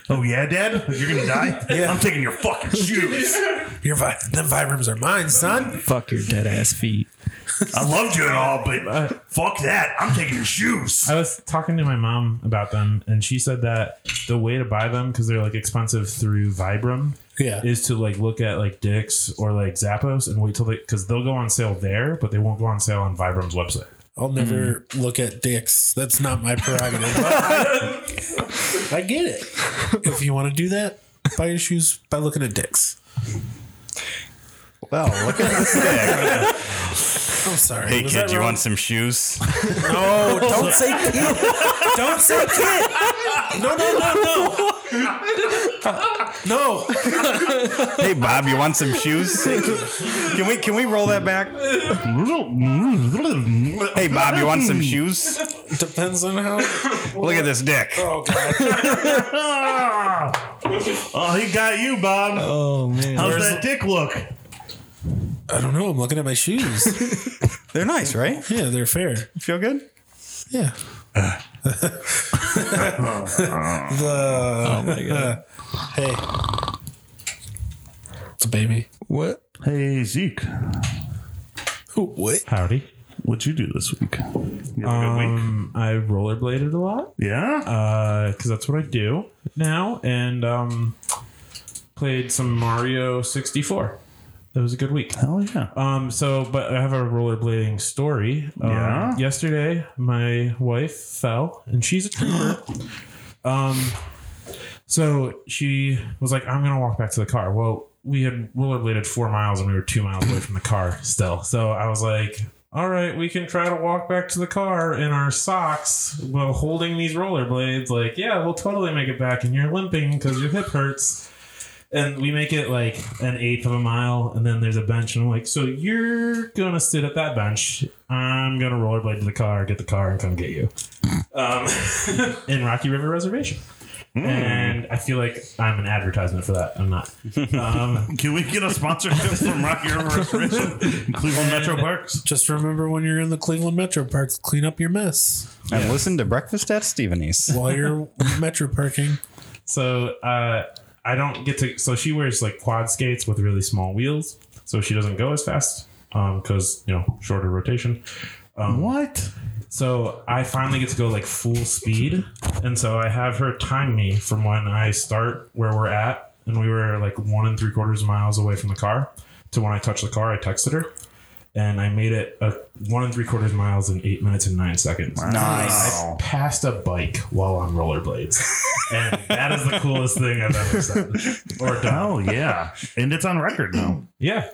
Speaker 1: Oh yeah, Dad, you're gonna die. I'm taking your fucking shoes.
Speaker 3: Your vi- them Vibrams are mine, son.
Speaker 5: Fuck your dead ass feet.
Speaker 1: I loved you and all, but fuck that. I'm taking your shoes.
Speaker 4: I was talking to my mom about them, and she said that the way to buy them because they're like expensive through Vibram
Speaker 3: Yeah.
Speaker 4: is to like look at like Dick's or like Zappos and wait till they because they'll go on sale there, but they won't go on sale on Vibram's website.
Speaker 3: I'll never
Speaker 2: Hmm.
Speaker 3: look at dicks. That's not my prerogative. I get it. If you want to do that, buy your shoes by looking at dicks.
Speaker 2: well, look at this dick.
Speaker 3: I'm sorry.
Speaker 2: Hey,
Speaker 3: was
Speaker 2: kid,
Speaker 3: that
Speaker 2: you
Speaker 3: wrong?
Speaker 2: want some shoes?
Speaker 3: No, don't say kid. Don't say kid. No, no, no, no. No.
Speaker 2: hey, Bob, you want some shoes? Can we can we roll that back? Hey, Bob, you want some shoes?
Speaker 3: Depends on how.
Speaker 2: Look at this dick.
Speaker 3: Oh, God.
Speaker 1: Oh, he got you, Bob. Oh man, how's that dick look?
Speaker 3: I don't know. I'm looking at my shoes.
Speaker 2: They're nice, right?
Speaker 3: Yeah, they're fair.
Speaker 2: You feel good?
Speaker 3: Yeah. the,
Speaker 5: Oh my god.
Speaker 3: hey. It's a baby.
Speaker 5: what?
Speaker 1: Hey Zeke,
Speaker 3: What?
Speaker 4: Howdy.
Speaker 1: what'd you do this week? You have a good week?
Speaker 4: Um, uh, I rollerbladed a lot
Speaker 1: Yeah.
Speaker 4: because that's what I do now, and um, played some Mario sixty four. That was a good week.
Speaker 1: Hell yeah.
Speaker 4: Um, so, but I have a rollerblading story. Um,
Speaker 1: Yeah?
Speaker 4: Yesterday, my wife fell, and she's a trooper. um, so she was like, "I'm gonna walk back to the car." Well, we had rollerbladed four miles, and we were two miles away from the car still. So I was like. All right, we can try to walk back to the car in our socks while holding these rollerblades. Like, yeah, we'll totally make it back, and you're limping because your hip hurts and we make it like an eighth of a mile, and then there's a bench, and I'm like, so you're gonna sit at that bench. I'm gonna rollerblade to the car, get the car, and come get you. Um, in Rocky River Reservation. And I feel like I'm an advertisement for that. I'm not. Um,
Speaker 1: Can we get a sponsorship from Rocky River Restoration in Cleveland Metro Parks?
Speaker 3: Just remember when you're in the Cleveland Metro Park, clean up your mess
Speaker 2: And listen to Breakfast at Stephenie's.
Speaker 3: while you're Metro parking.
Speaker 4: so uh, I don't get to. So she wears like quad skates with really small wheels, so she doesn't go as fast because you know shorter rotation.
Speaker 1: What?
Speaker 4: So I finally get to go like full speed, and so I have her time me from when I start where we're at, and we were like one and three quarters miles away from the car, to when I touched the car. I texted her, and I made it a one and three quarters miles in eight minutes and nine seconds.
Speaker 2: Nice.
Speaker 4: I passed a bike while on rollerblades, and that is the coolest thing I've ever said or done.
Speaker 1: Oh yeah, and it's on record now.
Speaker 4: Yeah,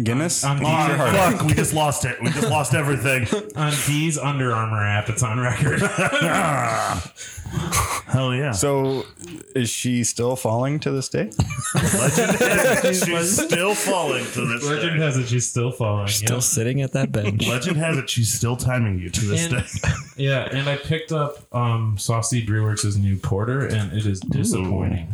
Speaker 2: Guinness?
Speaker 4: I'm
Speaker 2: Keep your heart.
Speaker 1: Fuck, we just lost it. We just lost everything.
Speaker 4: on D's Under Armour app, it's on record.
Speaker 1: Hell yeah.
Speaker 2: So, is she still falling to this day?
Speaker 1: she's still falling to this day.
Speaker 4: Legend has it she's still falling.
Speaker 5: Still sitting at that bench.
Speaker 1: Legend has it she's still timing you to this
Speaker 4: And-
Speaker 1: day.
Speaker 4: Yeah, and I picked up um, Saucy Brewworks' new porter, and it is disappointing.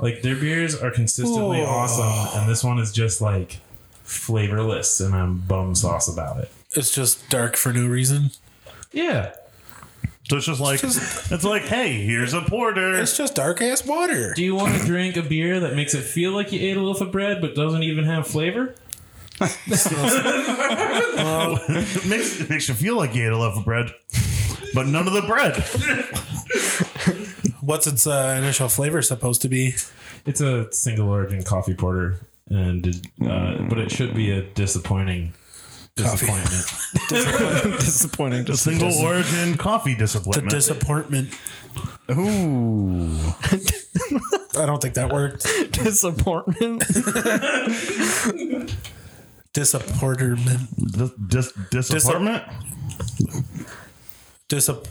Speaker 4: Like their beers are consistently awesome, and this one is just like flavorless, and I'm bum sauce about it.
Speaker 3: It's just dark for no reason.
Speaker 4: Yeah,
Speaker 1: So it's just like it's like, hey, here's a porter.
Speaker 3: It's just dark ass water.
Speaker 4: do you want to drink a beer that makes it feel like you ate a loaf of bread but doesn't even have flavor?
Speaker 1: It makes, it makes you feel like you ate a loaf of bread, but none of the bread.
Speaker 3: What's its uh, initial flavor supposed to be?
Speaker 4: It's a single origin coffee porter, and uh, but it should be a disappointing disappointment.
Speaker 5: Disappointing. Just
Speaker 1: Single origin coffee
Speaker 3: The
Speaker 1: disappointment.
Speaker 3: disappointment.
Speaker 2: Ooh.
Speaker 3: I don't think that worked.
Speaker 5: disappointment.
Speaker 3: Disappointment.
Speaker 1: Dis, dis, disappointment?
Speaker 3: Disapp.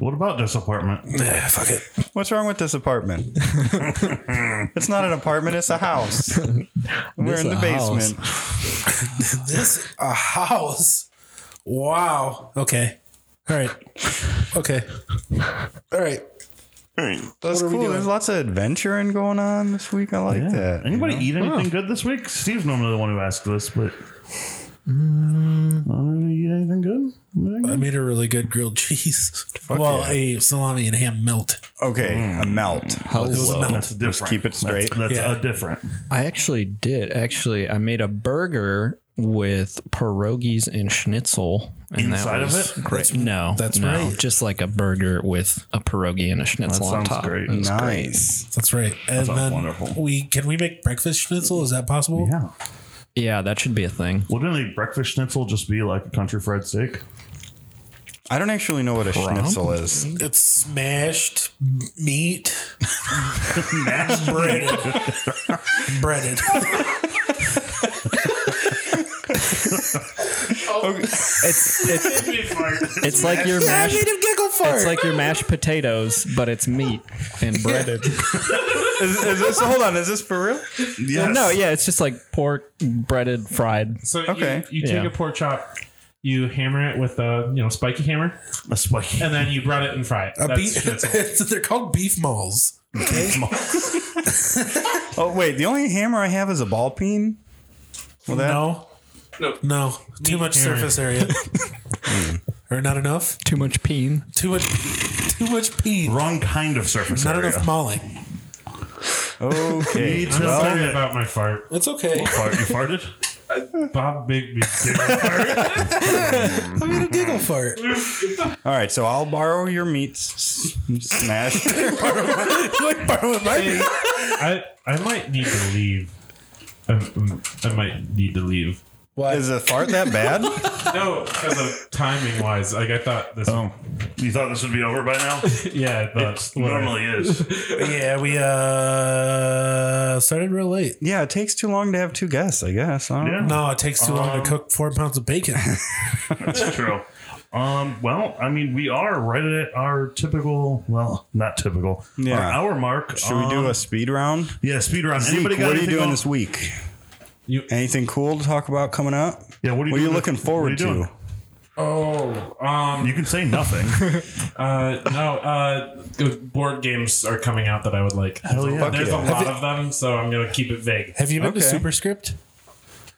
Speaker 1: what about disappointment?
Speaker 3: Ah, fuck it.
Speaker 2: What's wrong with this apartment? it's not an apartment, it's a house. We're
Speaker 5: This
Speaker 2: in the
Speaker 5: a house.
Speaker 2: basement.
Speaker 3: This a house. Wow. Okay. All right. Okay. All right.
Speaker 2: That's
Speaker 3: we
Speaker 2: cool.
Speaker 3: doing?
Speaker 2: There's lots of adventuring going on this week. I like that.
Speaker 1: Anybody eat anything good this week? Steve's normally the one who asks this, but.
Speaker 2: Mm.
Speaker 1: Uh, you eat anything good? Anything good?
Speaker 3: I made a really good grilled cheese. well,
Speaker 2: yeah.
Speaker 3: a salami and ham melt.
Speaker 2: Okay, a melt.
Speaker 1: That's different.
Speaker 2: keep it straight.
Speaker 1: That's, that's
Speaker 3: Yeah.
Speaker 1: a different.
Speaker 5: I actually did. Actually, I made a burger with pierogies and schnitzel. And
Speaker 1: Inside of it?
Speaker 5: Great. No,
Speaker 3: that's
Speaker 5: no,
Speaker 3: right.
Speaker 5: Just like a burger with a pierogi and a schnitzel on
Speaker 1: sounds
Speaker 5: top.
Speaker 1: great.
Speaker 5: It was
Speaker 2: Nice.
Speaker 3: That's right. And
Speaker 1: sounds
Speaker 3: then
Speaker 1: wonderful.
Speaker 3: we can we make breakfast schnitzel? Is that possible?
Speaker 1: Yeah.
Speaker 5: Yeah, that should be a thing.
Speaker 1: Wouldn't a breakfast schnitzel just be like a country fried steak?
Speaker 2: I don't actually know what a schnitzel is.
Speaker 3: It's smashed meat, breaded, breaded.
Speaker 5: It's it's it's like your
Speaker 3: I
Speaker 5: mashed.
Speaker 3: made him giggle for
Speaker 5: It's
Speaker 3: it.
Speaker 5: like your mashed potatoes, but it's meat and breaded.
Speaker 2: Is, is this hold on? Is this for real?
Speaker 1: Yes.
Speaker 5: No, yeah, it's just like pork breaded fried.
Speaker 4: So
Speaker 2: Okay.
Speaker 4: you, you take
Speaker 5: Yeah.
Speaker 4: a pork chop, you hammer it with a you know spiky hammer,
Speaker 1: A spiky.
Speaker 4: and then you brown it and fry it.
Speaker 3: A
Speaker 4: That's
Speaker 3: beef,
Speaker 4: schnitzel.
Speaker 3: they're called beef malls.
Speaker 2: Oh wait, the only hammer I have is a ball peen. Well, that
Speaker 3: No,
Speaker 4: No.
Speaker 3: no, too much
Speaker 4: hammer.
Speaker 3: surface area, or not enough.
Speaker 5: Too much peen.
Speaker 3: Too much, too much peen.
Speaker 1: Wrong kind of surface
Speaker 3: Not
Speaker 1: area.
Speaker 3: enough mauling.
Speaker 2: okay.
Speaker 1: Need to
Speaker 4: I'm
Speaker 1: fart
Speaker 4: sorry
Speaker 1: it.
Speaker 4: about my fart.
Speaker 3: It's okay.
Speaker 1: Fart- You farted?
Speaker 4: Bob Bigby did my fart.
Speaker 3: I made him giggle for it.
Speaker 2: All right, so I'll borrow your meats s- smashed.
Speaker 3: like borrowing my meat.
Speaker 4: I I might need to leave. I, I might need to leave.
Speaker 2: is a fart that bad?
Speaker 4: No, because of timing wise, like I thought this.
Speaker 3: Oh.
Speaker 1: You thought this would be over by now?
Speaker 4: Yeah,
Speaker 1: It
Speaker 4: that's
Speaker 1: normally is.
Speaker 3: Yeah, we uh started real late.
Speaker 2: Yeah, it takes too long to have two guests. I guess. I don't
Speaker 1: Yeah.
Speaker 2: know.
Speaker 3: No, it takes too long to cook four pounds of bacon.
Speaker 1: That's true. Um, well, I mean, we are right at our typical, well, not typical,
Speaker 2: Yeah.
Speaker 1: our hour mark.
Speaker 2: Should we do a speed round?
Speaker 1: Yeah, speed round.
Speaker 2: Zeke,
Speaker 1: Anybody
Speaker 2: what
Speaker 1: got
Speaker 2: are you
Speaker 1: anything
Speaker 2: doing
Speaker 1: on-
Speaker 2: this week?
Speaker 4: You-
Speaker 2: Anything cool to talk about coming up?
Speaker 1: Yeah, what are you,
Speaker 2: What are you
Speaker 1: doing-
Speaker 2: looking
Speaker 1: what are
Speaker 2: forward
Speaker 1: you
Speaker 2: to?
Speaker 1: doing?
Speaker 4: Oh,
Speaker 3: uh,
Speaker 4: um,
Speaker 1: You can say nothing.
Speaker 4: Uh, no, uh, board games are coming out that I would like.
Speaker 1: Hell yeah.
Speaker 4: There's
Speaker 2: Fuck
Speaker 4: a
Speaker 2: yeah.
Speaker 4: lot of them, so I'm gonna keep it vague.
Speaker 3: Have you been to
Speaker 2: Okay.
Speaker 3: Superscript?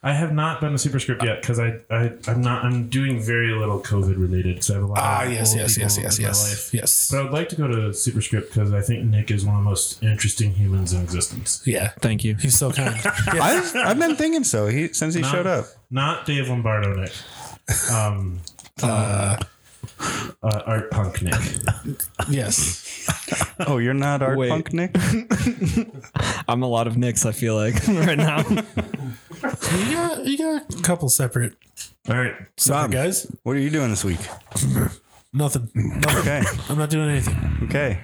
Speaker 4: I have not been to Superscript yet because I, I I'm not I'm doing very little COVID related, so I have a lot.
Speaker 3: Ah,
Speaker 4: of
Speaker 3: yes,
Speaker 4: old
Speaker 3: yes,
Speaker 4: people
Speaker 3: yes, yes,
Speaker 4: in my
Speaker 3: yes,
Speaker 4: life.
Speaker 3: yes.
Speaker 4: But I would like to go to Superscript because I think Nick is one of the most interesting humans in existence.
Speaker 3: Yeah,
Speaker 5: Thank you.
Speaker 3: he's so kind. Yeah.
Speaker 2: I've, I've been thinking so. He since he
Speaker 4: Not-
Speaker 2: showed up.
Speaker 4: Not Dave Lombardo, Nick. Um, uh, uh, art punk Nick.
Speaker 3: yes,
Speaker 2: Oh, you're not art
Speaker 5: Wait.
Speaker 2: punk, Nick.
Speaker 5: I'm a lot of nicks, I feel like, right now.
Speaker 3: you got you got a couple separate
Speaker 1: All right.
Speaker 3: separate guys.
Speaker 2: What are you doing this week?
Speaker 3: Nothing. Nothing.
Speaker 2: Okay,
Speaker 3: I'm not doing anything.
Speaker 2: okay,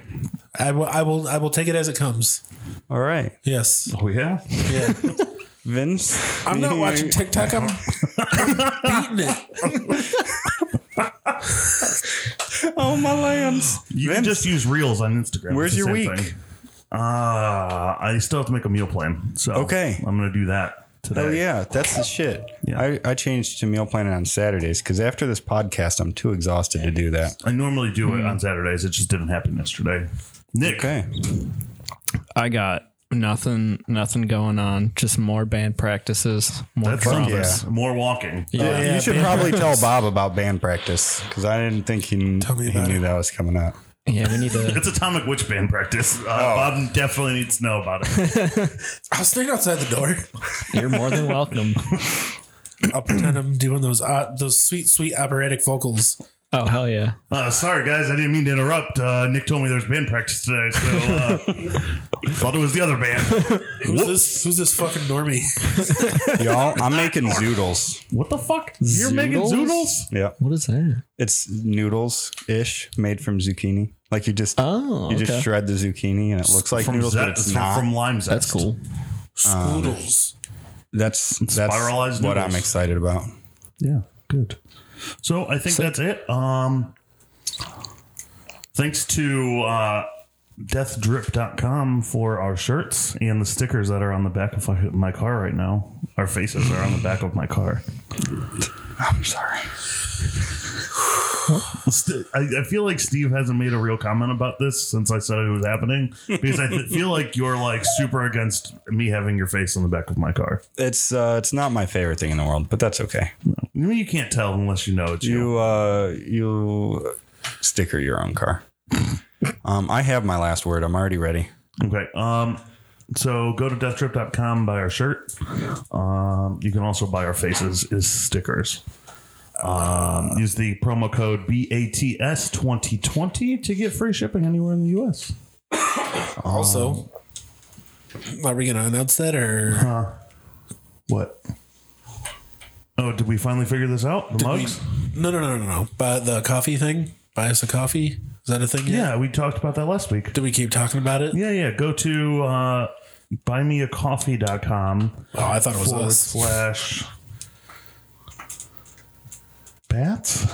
Speaker 3: I will. I will. I will take it as it comes.
Speaker 2: all right,
Speaker 3: Yes.
Speaker 1: Oh, yeah?
Speaker 3: Yeah.
Speaker 2: Vince.
Speaker 3: I'm not watching TikTok. I'm, I'm beating it.
Speaker 2: Oh my lands!
Speaker 1: You can
Speaker 2: Vince.
Speaker 1: just use reels on Instagram.
Speaker 2: Where's
Speaker 1: It's the
Speaker 2: your
Speaker 1: same
Speaker 2: week?
Speaker 1: thing. Uh, I still have to make a meal plan. So
Speaker 2: Okay.
Speaker 1: I'm going to do that today.
Speaker 2: Oh yeah, that's the shit.
Speaker 1: Yeah.
Speaker 2: I, I changed to meal planning on Saturdays because after this podcast, I'm too exhausted to do that.
Speaker 1: I normally do it on Saturdays. It just didn't happen yesterday. Nick,
Speaker 2: Okay,
Speaker 5: I got nothing nothing going on. Just more band practices. More
Speaker 1: that
Speaker 5: drums.
Speaker 1: sounds more walking.
Speaker 2: Uh,
Speaker 3: Oh, yeah,
Speaker 2: you should
Speaker 3: band
Speaker 2: probably tell Bob about band practice because I didn't think he, kn- he
Speaker 3: me about
Speaker 2: knew
Speaker 3: it.
Speaker 2: that was coming up.
Speaker 5: Yeah, we need to
Speaker 1: It's Atomic Witch Band practice. Uh,
Speaker 2: Oh.
Speaker 1: Bob definitely needs to know about it.
Speaker 3: I'll stand outside the door.
Speaker 5: you're more than welcome.
Speaker 3: I'll pretend I'm doing those uh, those sweet, sweet operatic vocals.
Speaker 5: Oh hell yeah.
Speaker 1: Uh, sorry, guys, I didn't mean to interrupt. Uh, Nick told me there's band practice today, so uh, thought it was the other band.
Speaker 3: Who's this? Who's this fucking normie?
Speaker 2: Y'all, I'm making zoodles.
Speaker 1: What the fuck? You're making
Speaker 5: Zoodles?
Speaker 1: zoodles?
Speaker 2: Yeah,
Speaker 5: What is that?
Speaker 2: it's noodles ish made from zucchini. Like you just
Speaker 5: Oh
Speaker 2: you just
Speaker 5: okay.
Speaker 2: shred the zucchini and it looks like
Speaker 1: from
Speaker 2: noodles,
Speaker 1: zest,
Speaker 2: but it's
Speaker 1: from,
Speaker 2: not.
Speaker 1: from lime zest.
Speaker 5: that's cool.
Speaker 3: Scoodles.
Speaker 2: that's that's
Speaker 1: Spiralized
Speaker 2: what
Speaker 1: noodles.
Speaker 2: I'm excited about.
Speaker 1: Yeah, good. So I think that's it. Um, thanks to uh, deathdrip.com for our shirts and the stickers that are on the back of my- my car right now. Our faces are on the back of my car.
Speaker 2: I'm sorry.
Speaker 1: St- I, I feel like Steve hasn't made a real comment about this since I said it was happening because I th- feel like you're like super against me having your face on the back of my car.
Speaker 2: It's uh, it's not my favorite thing in the world, but that's
Speaker 1: I
Speaker 2: okay.
Speaker 1: mean, you can't tell unless you know it's you.
Speaker 2: You uh, you sticker your own car. um, I have my last word. I'm already ready.
Speaker 1: Okay. Um, so go to deathtrip.com, buy our shirt. Um, you can also buy our faces as stickers. Um, use the promo code BATS2020 to get free shipping anywhere in the US.
Speaker 3: Also,
Speaker 1: Um,
Speaker 3: are we gonna announce that or
Speaker 1: Uh, What? Oh, did we finally figure this out? The
Speaker 3: we-
Speaker 1: mugs?
Speaker 3: no? No, no, no, no. But the coffee thing, buy us a coffee. Is that a thing? yet?
Speaker 1: yeah, we talked about that last week.
Speaker 3: Did we keep talking about it?
Speaker 1: Yeah, yeah. Go to uh, buymeacoffee.com
Speaker 3: Oh, I thought it was
Speaker 1: forward
Speaker 3: us.
Speaker 1: slash bats.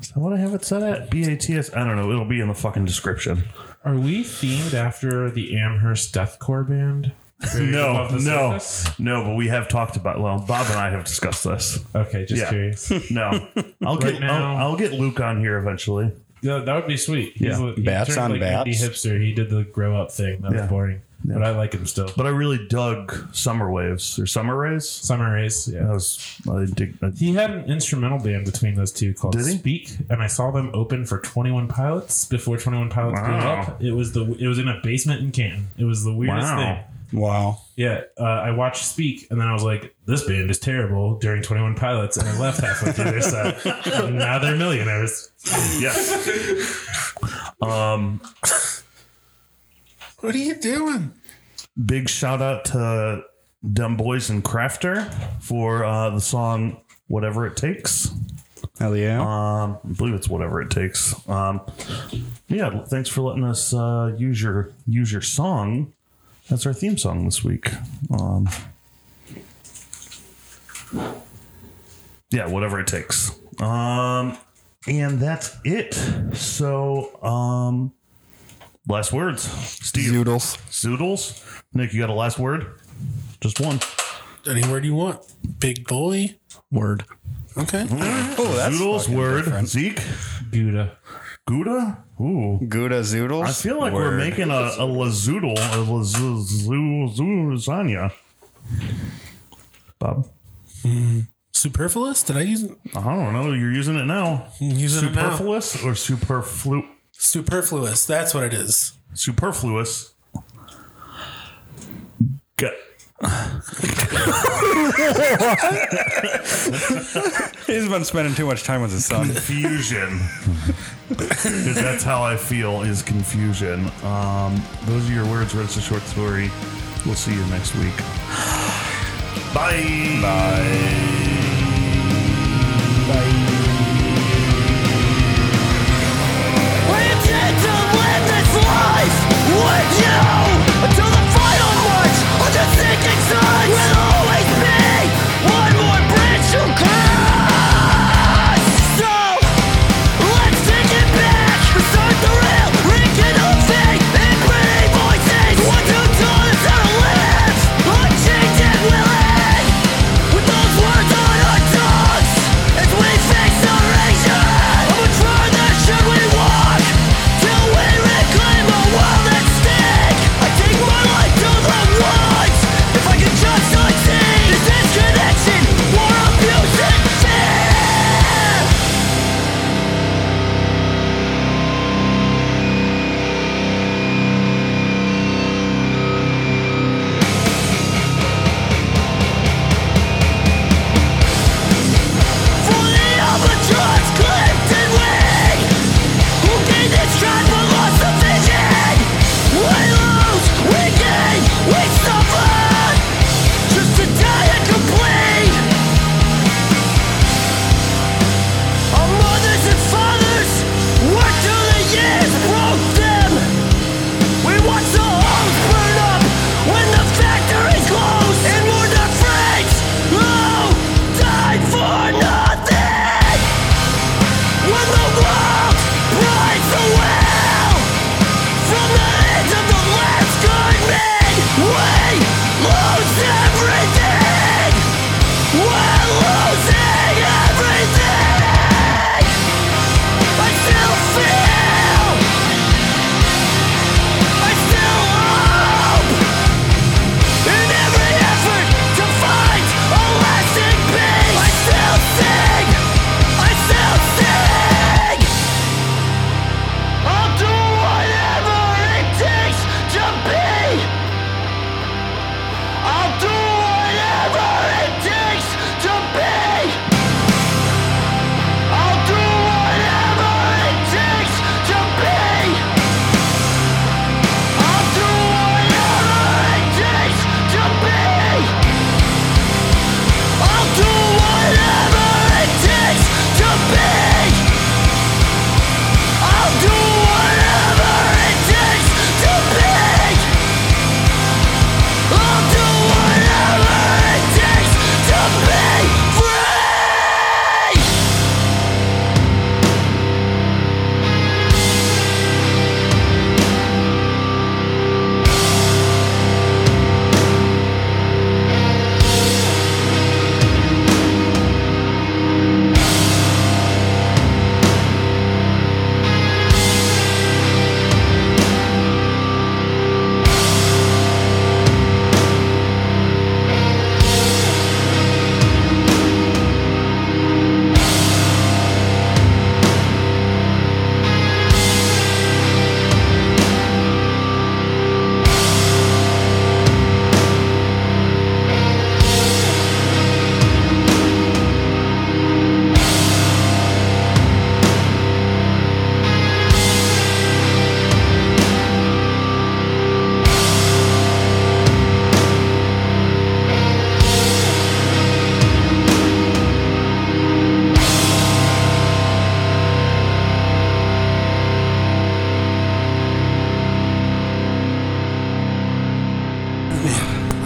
Speaker 1: Is that what I have it set at? B A T S. I don't know. It'll be in the fucking description.
Speaker 4: Are we themed after the Amherst deathcore band? Buried
Speaker 1: No,
Speaker 4: above the
Speaker 1: no,
Speaker 4: surface?
Speaker 1: no. But we have talked about. Well, Bob and I have discussed this.
Speaker 4: Okay, just
Speaker 1: Yeah.
Speaker 4: curious.
Speaker 1: No, I'll
Speaker 4: Right
Speaker 1: get
Speaker 4: now-
Speaker 1: I'll, I'll get Luke on here eventually.
Speaker 4: No, that would be sweet. He's
Speaker 1: Yeah.
Speaker 4: a- he
Speaker 2: Bats
Speaker 4: turned,
Speaker 2: on
Speaker 4: like
Speaker 2: bats.
Speaker 4: indie hipster. He did the grow up thing. That
Speaker 1: Yeah.
Speaker 4: was boring, but I like him still.
Speaker 1: But I really dug Summer Waves or Summer Rays.
Speaker 4: Summer Rays,
Speaker 1: That
Speaker 4: yeah.
Speaker 1: was I dig. I-
Speaker 4: He had an instrumental band between those two called
Speaker 1: Did he?
Speaker 4: Speak, and I saw them open for Twenty One Pilots before Twenty One Pilots blew
Speaker 1: Wow.
Speaker 4: up. It was the it was in a basement in Canton. It was the weirdest
Speaker 1: Wow.
Speaker 4: thing.
Speaker 2: Wow.
Speaker 4: Yeah, uh, I watched Speak, and then I was like, "This band is terrible." During Twenty One Pilots, and I left halfway through their set. And now they're millionaires.
Speaker 1: yes. um,
Speaker 3: What are you doing?
Speaker 1: big shout out to Dumb Boys and Crafter for uh, the song "Whatever It Takes."
Speaker 2: Hell yeah.
Speaker 1: Um, I believe it's "Whatever It Takes." Um, yeah, thanks for letting us uh, use your use your song. That's our theme song this week. Um, yeah, whatever it takes. Um, and that's it. So, um, last words, Steve.
Speaker 2: Zoodles.
Speaker 1: Zoodles. Nick, you got a last word? Just one.
Speaker 3: Any word you want, big boy.
Speaker 5: Word.
Speaker 3: Okay.
Speaker 2: Oh, that's
Speaker 1: Zoodles
Speaker 2: fucking
Speaker 1: word.
Speaker 2: different.
Speaker 1: Zeke.
Speaker 4: Gouda.
Speaker 1: Gouda. Ooh.
Speaker 2: Gouda zoodles.
Speaker 1: I feel like we're
Speaker 2: Word.
Speaker 1: making a, a lazoodle, a lazoodle lasagna. Bob,
Speaker 3: Superfluous? Did I use
Speaker 1: I don't know. You're using it now.
Speaker 3: using it now?
Speaker 1: Superfluous or superflu
Speaker 3: Superfluous. That's what it is.
Speaker 1: superfluous. Got
Speaker 2: He's been spending too much time with his son.
Speaker 1: confusion. 'Cause that's how I feel is confusion. Um, those are your words. Rest a short story. We'll see you next week. Bye.
Speaker 7: We're done with this life with you until the final march of the sinking sun will always be one more bridge to cross. So let's take it back, start the rail, reconvene, and pretty voices. What you told us how to live, unchained and willing, with those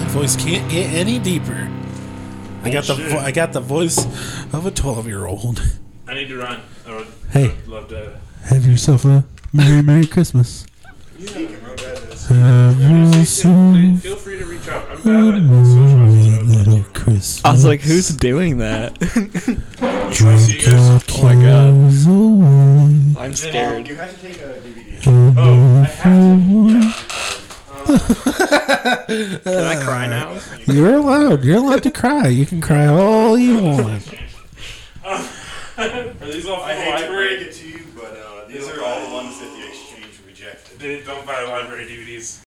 Speaker 3: voice can't get any deeper. I got the vo- I got the voice of a twelve year old.
Speaker 4: I need to run. I would
Speaker 8: Hey.
Speaker 4: love to.
Speaker 8: Have yourself a Merry Merry Christmas. Have yourself
Speaker 4: Feel free to reach out. I'm
Speaker 8: a
Speaker 4: bad at
Speaker 8: merry little Christmas.
Speaker 5: I was like, who's doing that?
Speaker 8: Drink your
Speaker 5: Oh my god.
Speaker 8: cares away.
Speaker 5: I'm scared.
Speaker 4: I have to.
Speaker 5: Can I cry now?
Speaker 8: You're allowed. You're allowed to cry. You can cry all you want.
Speaker 4: Are these all from
Speaker 2: I
Speaker 4: the
Speaker 2: hate to break
Speaker 4: library?
Speaker 2: it to you, but uh, these are all the ones that the exchange rejected.
Speaker 4: Dude, don't buy library DVDs.